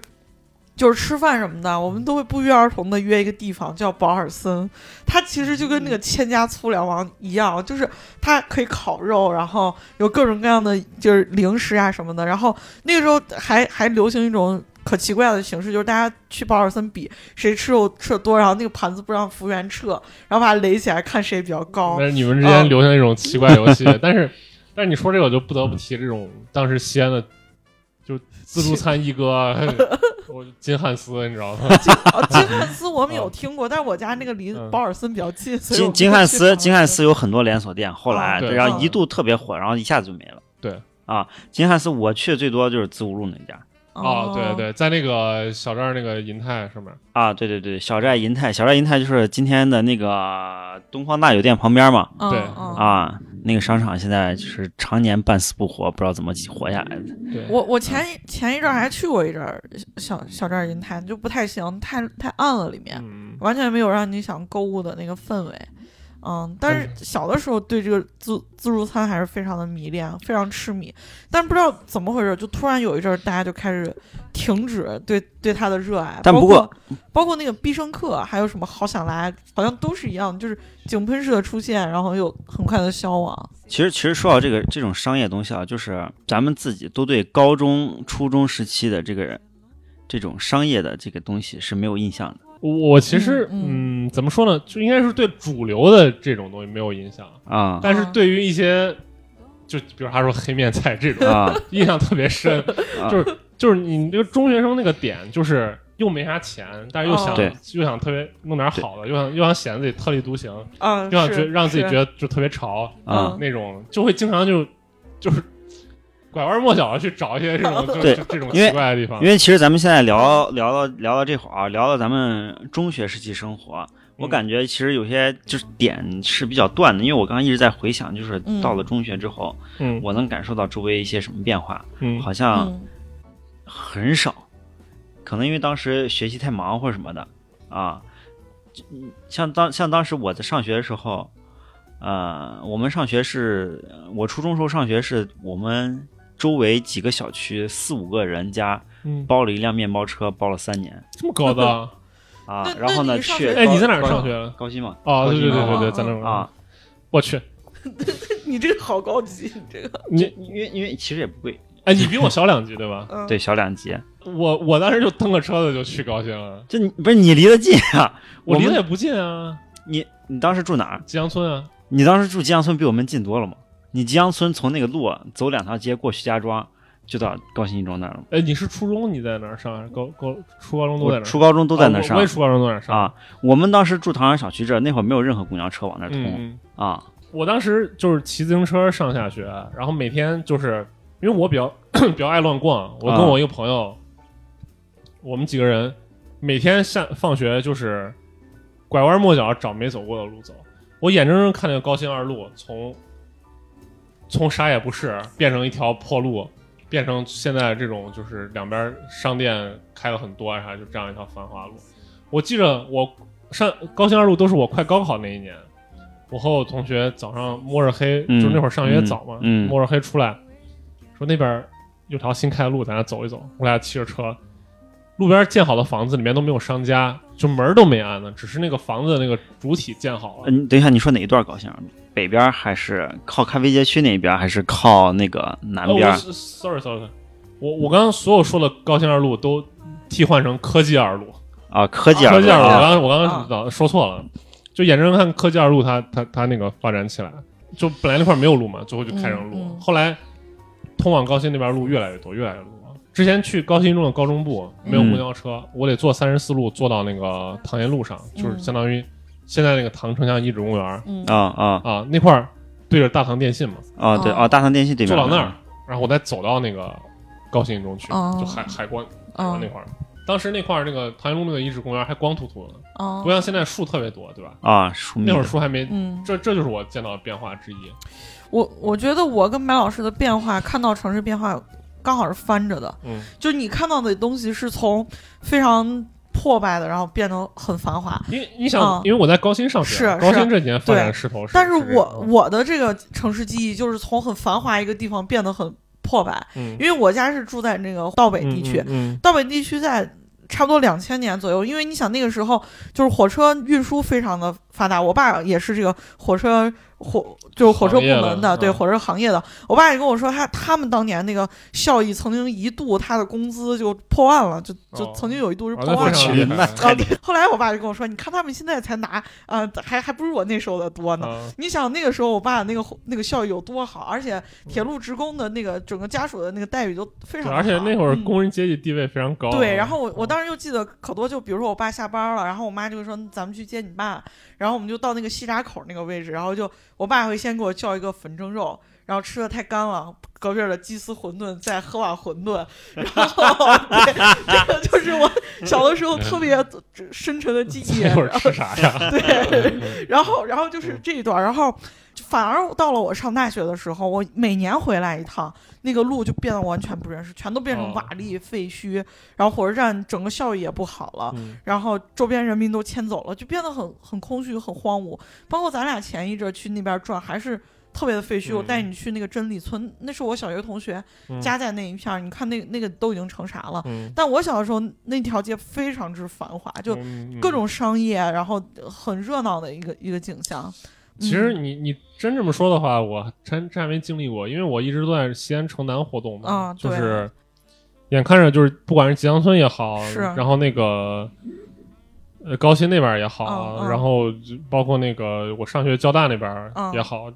Speaker 3: 就是吃饭什么的，我们都会不约而同的约一个地方叫保尔森，它其实就跟那个千家粗粮王一样，就是它可以烤肉，然后有各种各样的就是零食啊什么的，然后那个时候还还流行一种。可奇怪的形式就是大家去保尔森比谁吃肉吃的多，然后那个盘子不让服务员撤，然后把它垒起来看谁比较高。
Speaker 1: 但是你们之间
Speaker 3: 嗯
Speaker 1: 留下那种奇怪游戏，但是但是你说这个，我就不得不提这种当时西安的，就自助餐一哥，啊 我金汉斯，你知道吗？
Speaker 3: 哦，金汉斯我们有
Speaker 1: 嗯
Speaker 3: 听过，但是我家那个离
Speaker 1: 嗯
Speaker 3: 保尔森比较近，所以我
Speaker 2: 金金
Speaker 3: 们就
Speaker 2: 汉
Speaker 3: 去
Speaker 2: 斯
Speaker 3: 保
Speaker 2: 金
Speaker 3: 尔
Speaker 2: 汉
Speaker 3: 森
Speaker 2: 斯有很多连锁店，后来
Speaker 1: 哦对
Speaker 2: 然后
Speaker 3: 嗯
Speaker 2: 一度特别火，然后一下子就没了。
Speaker 1: 对
Speaker 2: 啊，金汉斯我去的最多就是子午路那家，
Speaker 3: 哦，
Speaker 1: 对，对，在那个小寨儿那个银泰上面，
Speaker 2: 啊，对对对，小寨银泰，小寨银泰就是今天的那个东方大酒店旁边嘛。
Speaker 3: 嗯
Speaker 1: 对
Speaker 3: 嗯
Speaker 2: 啊，那个商场现在就是常年半死不活，不知道怎么活下来的。
Speaker 1: 对，
Speaker 3: 我我前一前一阵儿还去过一阵儿小小寨儿银泰，就不太行，太太暗了，里面、
Speaker 1: 嗯，
Speaker 3: 完全没有让你想购物的那个氛围。嗯，但是小的时候对这个自自助餐还是非常的迷恋，非常痴迷。但不知道怎么回事，就突然有一阵儿，大家就开始停止对对它的热爱。
Speaker 2: 但
Speaker 3: 包
Speaker 2: 不
Speaker 3: 括包括那个必胜客，还有什么好想来，好像都是一样，就是井喷式的出现，然后又很快的消亡。
Speaker 2: 其实，其实说到这个这种商业东西啊，就是咱们自己都对高中、初中时期的这个人，这种商业的这个东西是没有印象的。
Speaker 1: 我我其实
Speaker 3: 嗯
Speaker 1: 嗯，怎么说呢，就应该是对主流的这种东西没有影响，
Speaker 2: 啊
Speaker 1: 但是对于一些，就比如他说黑面菜这种，
Speaker 2: 啊
Speaker 1: 印象特别深，
Speaker 2: 啊
Speaker 1: 就是就是你这个中学生那个点，就是又没啥钱，但是又
Speaker 3: 哦
Speaker 1: 想、
Speaker 2: 对
Speaker 1: 又想特别弄点好的，又想又想显得自己特立独行，
Speaker 3: 嗯，
Speaker 1: 又想觉
Speaker 3: 是
Speaker 1: 让自己
Speaker 3: 是
Speaker 1: 觉得就特别潮
Speaker 2: 啊！
Speaker 1: 那种，就会经常就就是拐弯抹角的去找一些这 种就
Speaker 2: 对
Speaker 1: 是这种
Speaker 2: 因为
Speaker 1: 奇怪的地方
Speaker 2: 因。为其实咱们现在聊聊到聊到这会儿啊，聊到咱们中学时期生活，
Speaker 1: 嗯
Speaker 2: 我感觉其实有些就是点是比较断的，因为我刚刚一直在回想，就是
Speaker 3: 嗯
Speaker 2: 到了中学之后，
Speaker 1: 嗯
Speaker 2: 我能感受到周围一些什么变化，
Speaker 1: 嗯
Speaker 2: 好像
Speaker 3: 嗯
Speaker 2: 很少，可能因为当时学习太忙或者什么的啊。就像当像当时我在上学的时候，呃，我们上学是我初中时候上学是我们周围几个小区四五个人家
Speaker 1: 嗯，
Speaker 2: 包了一辆面包车，包了三年
Speaker 1: 这么高的 啊，
Speaker 2: 啊
Speaker 3: 那。
Speaker 2: 然后
Speaker 3: 那
Speaker 2: 呢，
Speaker 3: 你上
Speaker 2: 去
Speaker 3: 学
Speaker 2: 高
Speaker 1: 哎，你在哪儿上学？的？
Speaker 2: 高新嘛
Speaker 1: 哦，对对对对
Speaker 3: 哦
Speaker 1: 对，
Speaker 3: 哦
Speaker 1: 在那儿
Speaker 2: 啊，，
Speaker 1: 我去，
Speaker 3: 你这个好高级，你这个
Speaker 1: 你
Speaker 2: 因为因为其实也不贵，
Speaker 1: 哎，你比我小两级对吧？
Speaker 3: 嗯
Speaker 2: 对，小两级。
Speaker 1: 我我当时就蹬个车子就去高新了，
Speaker 2: 就你不是你离得近啊？
Speaker 1: 我
Speaker 2: 我
Speaker 1: 离得
Speaker 2: 们
Speaker 1: 也不近啊，
Speaker 2: 你 你当时住哪儿？
Speaker 1: 吉阳村啊，
Speaker 2: 你当时住吉阳村比我们近多了嘛？你吉阳村从那个路走两条街过徐家庄，就到高新一中那儿了。
Speaker 1: 哎，你是初中你在哪儿上？啊高高初高中都在
Speaker 2: 我
Speaker 1: 哪儿？
Speaker 2: 初高中都在
Speaker 1: 啊
Speaker 2: 那儿
Speaker 1: 我
Speaker 2: 上
Speaker 1: 我也初高中都在那儿上。
Speaker 2: 啊。我们当时住唐山小区这儿，那会儿没有任何公交车往那儿
Speaker 1: 嗯，
Speaker 2: 通
Speaker 1: 嗯
Speaker 2: 啊。
Speaker 1: 我当时就是骑自行车上下学，然后每天就是因为我比较 比较爱乱逛，我跟
Speaker 2: 啊
Speaker 1: 我一个朋友，我们几个人每天下放学就是拐弯抹角找没走过的路走。我眼睁睁看那个高新二路从从啥也不是变成一条破路，变成现在这种就是两边商店开了很多啊啥，就这样一条繁华路。我记着我上高新二路都是我快高考那一年，我和我同学早上摸着黑，
Speaker 2: 嗯
Speaker 1: 就是那会儿上学早嘛，
Speaker 2: 嗯嗯
Speaker 1: 摸着黑出来，说那边有条新开的路，咱俩走一走。我俩骑着车，路边建好的房子里面都没有商家，就门儿都没安呢，只是那个房子的那个主体建好了。
Speaker 2: 嗯，等一下，你说哪一段高新二路？北边儿还是靠咖啡街区那边儿，还是靠那个南
Speaker 1: 哦，
Speaker 2: 边
Speaker 1: 我
Speaker 2: 儿？
Speaker 1: 是 sorry sorry，我我刚刚所有说的高新二路都替换成科技二路，
Speaker 2: 啊？科技
Speaker 1: 科
Speaker 2: 二
Speaker 1: 技
Speaker 2: 路
Speaker 1: 二路，我
Speaker 2: 啊
Speaker 1: 刚我刚
Speaker 3: 啊
Speaker 1: 刚早说错了，就眼睁睁看科技二路它它它那个发展起来，就本来那块没有路嘛，最后就开成路，
Speaker 3: 嗯嗯
Speaker 1: 后来通往高新那边路越来越多，越来越多。之前去高新中的高中部没有
Speaker 2: 嗯
Speaker 1: 公交车，我得坐三十四路坐到那个唐沿路上，就是
Speaker 3: 嗯
Speaker 1: 相当于现在那个唐城乡遗址公园儿
Speaker 3: 嗯
Speaker 2: 啊啊
Speaker 1: 啊那块儿对着大唐电信嘛，
Speaker 2: 啊！对
Speaker 3: 哦
Speaker 2: 啊，大唐电信对面
Speaker 1: 坐
Speaker 2: 儿。
Speaker 1: 到那儿，然后我再走到那个高新中去，
Speaker 3: 哦
Speaker 1: 就海海关海
Speaker 3: 哦
Speaker 1: 关那块儿。当时那块儿那个唐沿路那个遗址公园还光秃秃的，
Speaker 3: 哦
Speaker 1: 不像现在树特别多，对吧？
Speaker 2: 啊，树密
Speaker 1: 那会儿
Speaker 2: 的
Speaker 1: 树还没，
Speaker 3: 嗯，
Speaker 1: 这这就是我见到的变化之一。
Speaker 3: 我我觉得我跟白老师的变化，看到城市变化刚好是翻着的，
Speaker 1: 嗯，
Speaker 3: 就是你看到的东西是从非常破败的，然后变得很繁华。
Speaker 1: 因为你想
Speaker 3: 嗯，
Speaker 1: 因为我在高新上学，啊
Speaker 3: 是
Speaker 1: 高新这几年发展势头是，
Speaker 3: 但是
Speaker 1: 这样
Speaker 3: 我我的这个城市记忆就是从很繁华一个地方变得很破败，
Speaker 1: 嗯
Speaker 3: 因为我家是住在那个道北地区，
Speaker 1: 嗯
Speaker 3: 道北地区在差不多两千年左右，因为你想那个时候就是火车运输非常的发达，我爸也是这个火车火就是火车部
Speaker 1: 行
Speaker 3: 门
Speaker 1: 业
Speaker 3: 的，
Speaker 1: 的
Speaker 3: 对
Speaker 1: 嗯
Speaker 3: 火车行业的。我爸也跟我说他，他们当年那个效益曾经一度他的工资就破万了，就就
Speaker 1: 哦
Speaker 3: 曾经有一度是
Speaker 1: 嗯，
Speaker 3: 破万了。
Speaker 2: 去
Speaker 1: 去
Speaker 2: 那
Speaker 3: 啊，对。后来我爸就跟我说，你看他们现在才拿，呃，还还不如我那时候的多呢。
Speaker 1: 啊，
Speaker 3: 你想那个时候我爸那个那个效益有多好，而且铁路职工的那个整个家属的那个待遇都非
Speaker 1: 对
Speaker 3: 常好。
Speaker 1: 而且那会儿
Speaker 3: 嗯
Speaker 1: 工人阶级地位非常高。啊
Speaker 3: 对，然后我我当时就记得可多，就比如说我爸下班了，然后我妈就说咱们去接你爸，然后我们就到那个西闸口那个位置，然后就我爸会先给我叫一个粉蒸肉，然后吃的太干了，隔壁儿的鸡丝馄饨再喝碗馄饨，然后对，这个就是我小的时候特别深沉的记忆。
Speaker 1: 那会儿吃啥呀？
Speaker 3: 对，然后然后
Speaker 1: 嗯
Speaker 3: 就是这一段，然后反而到了我上大学的时候，我每年回来一趟，那个路就变得完全不认识，全都变成
Speaker 1: 哦
Speaker 3: 瓦砾废墟，然后火车站整个效益也不好了，
Speaker 1: 嗯
Speaker 3: 然后周边人民都迁走了，就变得很很空虚、很荒芜。包括咱俩前一阵儿去那边转，还是特别的废墟。
Speaker 1: 嗯
Speaker 3: 我带你去那个真理村，那是我小学同学
Speaker 1: 嗯
Speaker 3: 家在那一片儿，你看那那个都已经成啥了。
Speaker 1: 嗯，
Speaker 3: 但我小的时候，那条街非常之繁华，就
Speaker 1: 嗯
Speaker 3: 各。种商业，然后很热闹的一个一个景象。嗯
Speaker 1: 其实你你真这么说的话，我真真还没经历过，因为我一直都在西安城南活动嘛
Speaker 3: 啊，
Speaker 1: 就
Speaker 3: 对
Speaker 1: 是眼看着就是不管是吉祥村也好，
Speaker 3: 是
Speaker 1: 然后那个呃高新那边也好，
Speaker 3: 嗯嗯
Speaker 1: 然后就包括那个我上学交大那边
Speaker 3: 嗯
Speaker 1: 也好，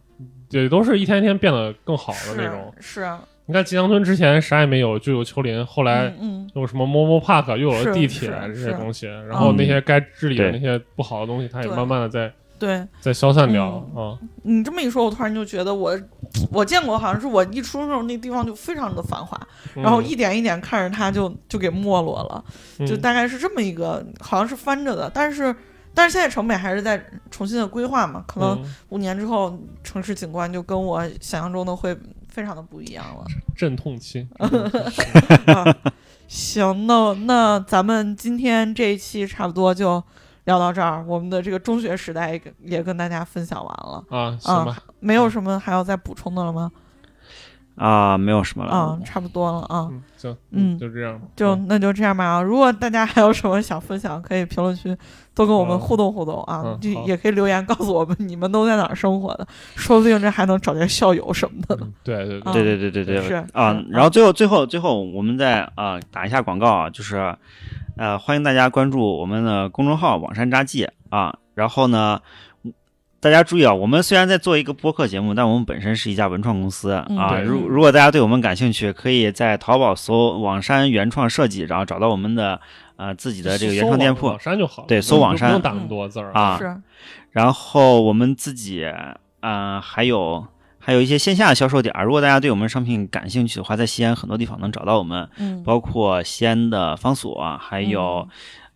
Speaker 1: 也都是一天一天变得更好的
Speaker 3: 是
Speaker 1: 那种。
Speaker 3: 是，啊
Speaker 1: 你看吉祥村之前啥也没有，就有丘陵，后来、
Speaker 3: 嗯嗯，
Speaker 1: 有什么 Momo Park，又有了
Speaker 3: 是
Speaker 1: 地铁
Speaker 3: 是
Speaker 1: 这些
Speaker 3: 是嗯
Speaker 1: 东西，然后那些该治理的那些不好的东西，它也
Speaker 3: 对嗯
Speaker 1: 慢慢的在
Speaker 3: 对
Speaker 1: 在消散掉啊。
Speaker 3: 你这么一说，我突然就觉得我我见过，好像是我一出生那地方就非常的繁华，
Speaker 1: 嗯
Speaker 3: 然后一点一点看着它就就给没落了，就
Speaker 1: 嗯
Speaker 3: 大概是这么一个，好像是翻着的，但是但是现在城北还是在重新的规划嘛，可能
Speaker 1: 嗯
Speaker 3: 五年之后城市景观就跟我想象中的会非常的不一样了。
Speaker 1: 阵痛期，
Speaker 3: 啊、行，那那咱们今天这一期差不多就聊到这儿，我们的这个中学时代也跟也跟大家分享完了，
Speaker 1: 啊，行
Speaker 3: 啊
Speaker 1: 吧，
Speaker 3: 没
Speaker 2: 嗯
Speaker 3: 有什么还要再补充的了吗？
Speaker 2: 啊，没有什么了。
Speaker 3: 啊，差不多了啊。
Speaker 1: 嗯，行，
Speaker 3: 嗯
Speaker 1: 就这样，
Speaker 3: 就
Speaker 1: 嗯
Speaker 3: 那就这样吧啊！如果大家还有什么想分享，可以评论区多跟我们
Speaker 1: 好
Speaker 3: 互动互动啊，
Speaker 1: 嗯
Speaker 3: 就
Speaker 1: 好
Speaker 3: 也可以留言告诉我们你们都在哪儿生活的，说不定这还能找见校友什么的呢。
Speaker 1: 嗯对对对
Speaker 3: 啊
Speaker 2: 对对对对对，
Speaker 3: 是
Speaker 2: 啊
Speaker 3: 是，
Speaker 2: 然后最后最后最后，我们再啊、打一下广告啊，就是呃欢迎大家关注我们的公众号“网山札记”啊，然后呢。大家注意啊，我们虽然在做一个播客节目，但我们本身是一家文创公司
Speaker 3: 嗯
Speaker 2: 啊。
Speaker 1: 对
Speaker 2: 如如果大家对我们感兴趣，可以在淘宝搜“网山原创设计”，然后找到我们的呃自己的这个原创店
Speaker 1: 搜
Speaker 2: 铺
Speaker 1: 网山就好了，
Speaker 2: 对搜
Speaker 1: 就
Speaker 2: 网
Speaker 1: 不
Speaker 2: 山
Speaker 1: 用打那么多字儿，
Speaker 2: 啊。
Speaker 3: 是，
Speaker 2: 然后我们自己，呃，还有还有一些线下的销售点儿。如果大家对我们商品感兴趣的话，在西安很多地方能找到我们，
Speaker 3: 嗯，
Speaker 2: 包括西安的方所，啊还有、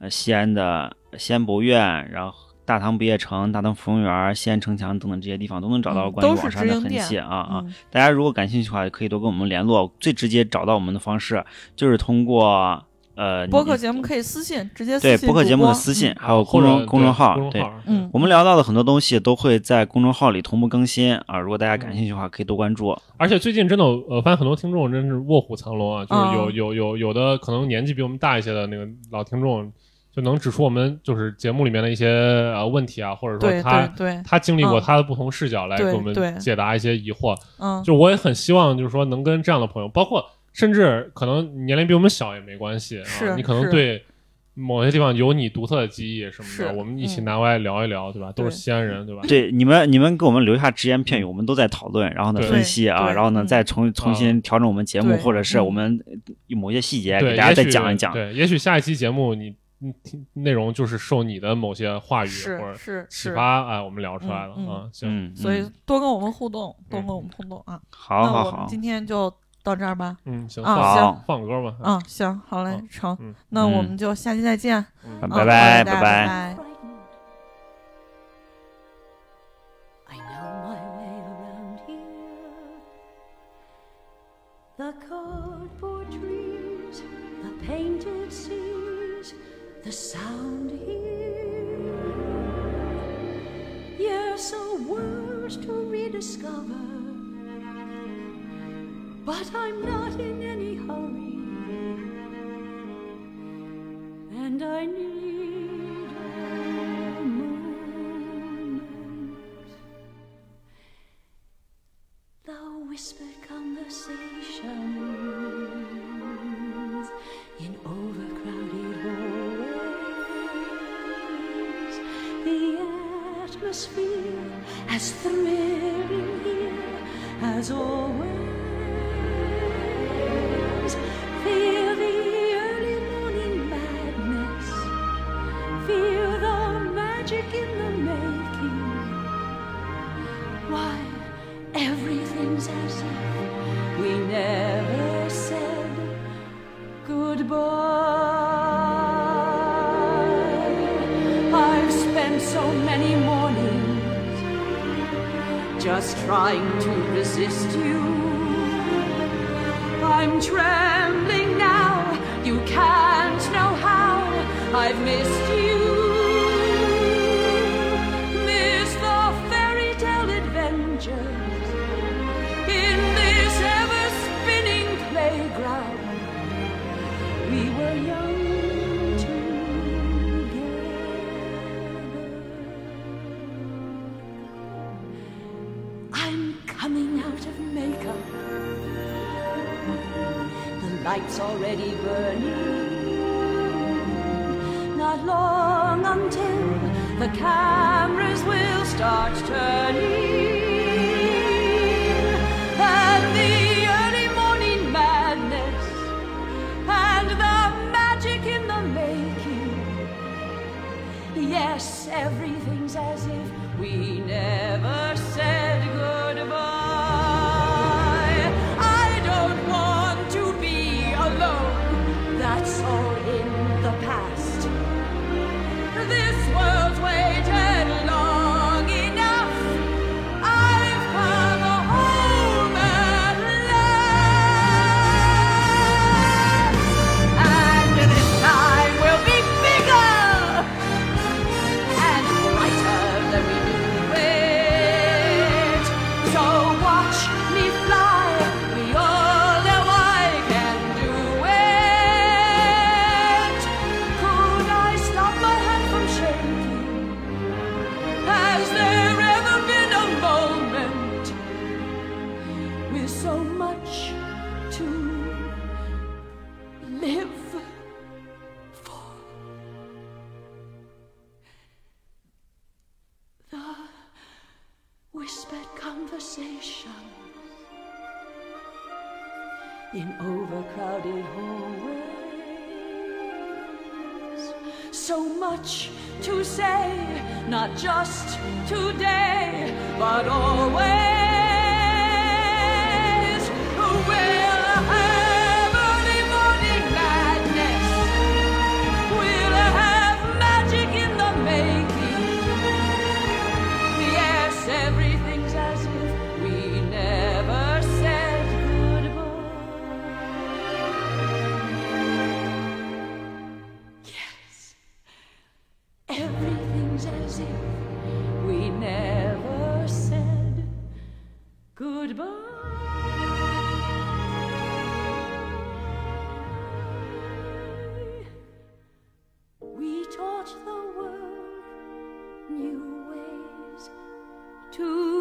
Speaker 2: 呃西安的西安博物院，然后大唐不夜城、大唐芙蓉园、西安城墙等等这些地方都能找到
Speaker 3: 嗯
Speaker 2: 关于
Speaker 3: 都是
Speaker 2: 网山的
Speaker 3: 直营
Speaker 2: 痕
Speaker 3: 店
Speaker 2: 迹啊啊！
Speaker 3: 嗯
Speaker 2: 大家如果感兴趣的话，可以多跟我们联络。最直接找到我们的方式就是通过呃
Speaker 3: 播
Speaker 2: 你
Speaker 3: 客节目可以私信，直接私
Speaker 2: 对
Speaker 3: 信嗯
Speaker 2: 播客
Speaker 3: 主
Speaker 2: 节目的
Speaker 3: 播
Speaker 2: 私信，，还
Speaker 1: 啊
Speaker 2: 有公
Speaker 1: 或
Speaker 2: 众
Speaker 1: 者
Speaker 2: 公众号
Speaker 1: 公众
Speaker 2: 对。
Speaker 1: 号，
Speaker 3: 嗯
Speaker 2: 我们聊到的很多东西都会在公众号里同步更新啊，如果大家感兴趣的话，可以多关注。
Speaker 3: 嗯
Speaker 1: 而且最近真的，呃，发现很多听众真是卧虎藏龙啊，就是
Speaker 3: 啊
Speaker 1: 有、有有有的可能年纪比我们大一些的那个老听众，就能指出我们就是节目里面的一些呃问题啊，或者说
Speaker 3: 对
Speaker 1: 他
Speaker 3: 对对，
Speaker 1: 他经历过
Speaker 3: 嗯
Speaker 1: 他的不同视角来给
Speaker 3: 对
Speaker 1: 我们
Speaker 3: 对
Speaker 1: 解答一些疑惑。
Speaker 3: 嗯，
Speaker 1: 就我也很希望，就是说能跟这样的朋友，包括甚至可能年龄比我们小也没关系啊
Speaker 3: 是，
Speaker 1: 你可能
Speaker 3: 是
Speaker 1: 对某些地方有你独特的记忆什么
Speaker 3: 是
Speaker 1: 的，我们一起
Speaker 3: 嗯
Speaker 1: 拿过来聊一聊，对吧？都是
Speaker 3: 对
Speaker 1: 西安人，对吧？
Speaker 2: 对，你们你们给我们留下只言片语，我们都在讨论，然后呢
Speaker 1: 对
Speaker 2: 分析啊，
Speaker 3: 对
Speaker 2: 然后呢
Speaker 3: 嗯
Speaker 2: 再重重新调整我们节目，
Speaker 3: 对嗯
Speaker 2: 或者是我们某些细节
Speaker 1: 对，
Speaker 2: 给大家
Speaker 1: 也
Speaker 2: 再
Speaker 1: 许
Speaker 2: 讲一讲。
Speaker 1: 对，也许下一期节目你你听内容就是受你的某些话语
Speaker 3: 是
Speaker 1: 或者
Speaker 3: 是
Speaker 1: 启
Speaker 3: 是，
Speaker 1: 发，哎，我们聊出来了
Speaker 3: 嗯嗯
Speaker 1: 啊。行，
Speaker 2: 嗯，
Speaker 3: 所以
Speaker 2: 嗯
Speaker 3: 多跟我们互动，多
Speaker 1: 嗯
Speaker 3: 跟我们互动啊。
Speaker 2: 好
Speaker 3: 那
Speaker 2: 好
Speaker 3: 我们
Speaker 2: 好，
Speaker 3: 今天就到这儿吧。
Speaker 1: 嗯，行，
Speaker 3: 啊
Speaker 1: 放
Speaker 2: 行
Speaker 1: 放歌吧。哎
Speaker 3: 嗯，行，好嘞
Speaker 1: 好，
Speaker 3: 成
Speaker 1: 嗯，
Speaker 3: 那我
Speaker 2: 嗯
Speaker 3: 们就下期再见。
Speaker 1: 嗯
Speaker 3: 嗯
Speaker 2: 拜
Speaker 3: 好
Speaker 2: 拜拜
Speaker 3: 的拜
Speaker 2: 拜
Speaker 3: 拜
Speaker 4: frightened. I know my way around here. The cardboard trees, the painted seas, the sound here. Yes, a world to rediscover. But I'm not in any hurry and I need a moment. The whispered conversations in overcrowded hallways, the atmosphere as thrilling here as always. Feel the early morning madness. Feel the magic in the making. Why, everything's as so many mornings just trying to resist you. I'm trembling now, you can't know how I've missed you. Missed the fairy tale adventures in this ever spinning playground. We were young together. I'm coming out of makeup. The light's already burning. Not long until the cameras will start turning. And the early morning madness and the magic in the making. Yes, everything's as if we never said goodbye. I don't want to be alone, that's all in the past. This world's waited long enough. I've come home at last. And this time will be bigger and brighter than we knew it. So watch me fly. We all know I can do it. Could I stop my hand from shaking? Has there ever been a moment with so much to live for? The whispered conversation in overcrowded hallways. So much to say, not just today, but always. We'll have early morning madness. We'll have magic in the making. Yes, everything's as if we never said goodbye. Yes, everything's as if we never said goodbye. We taught the world new ways to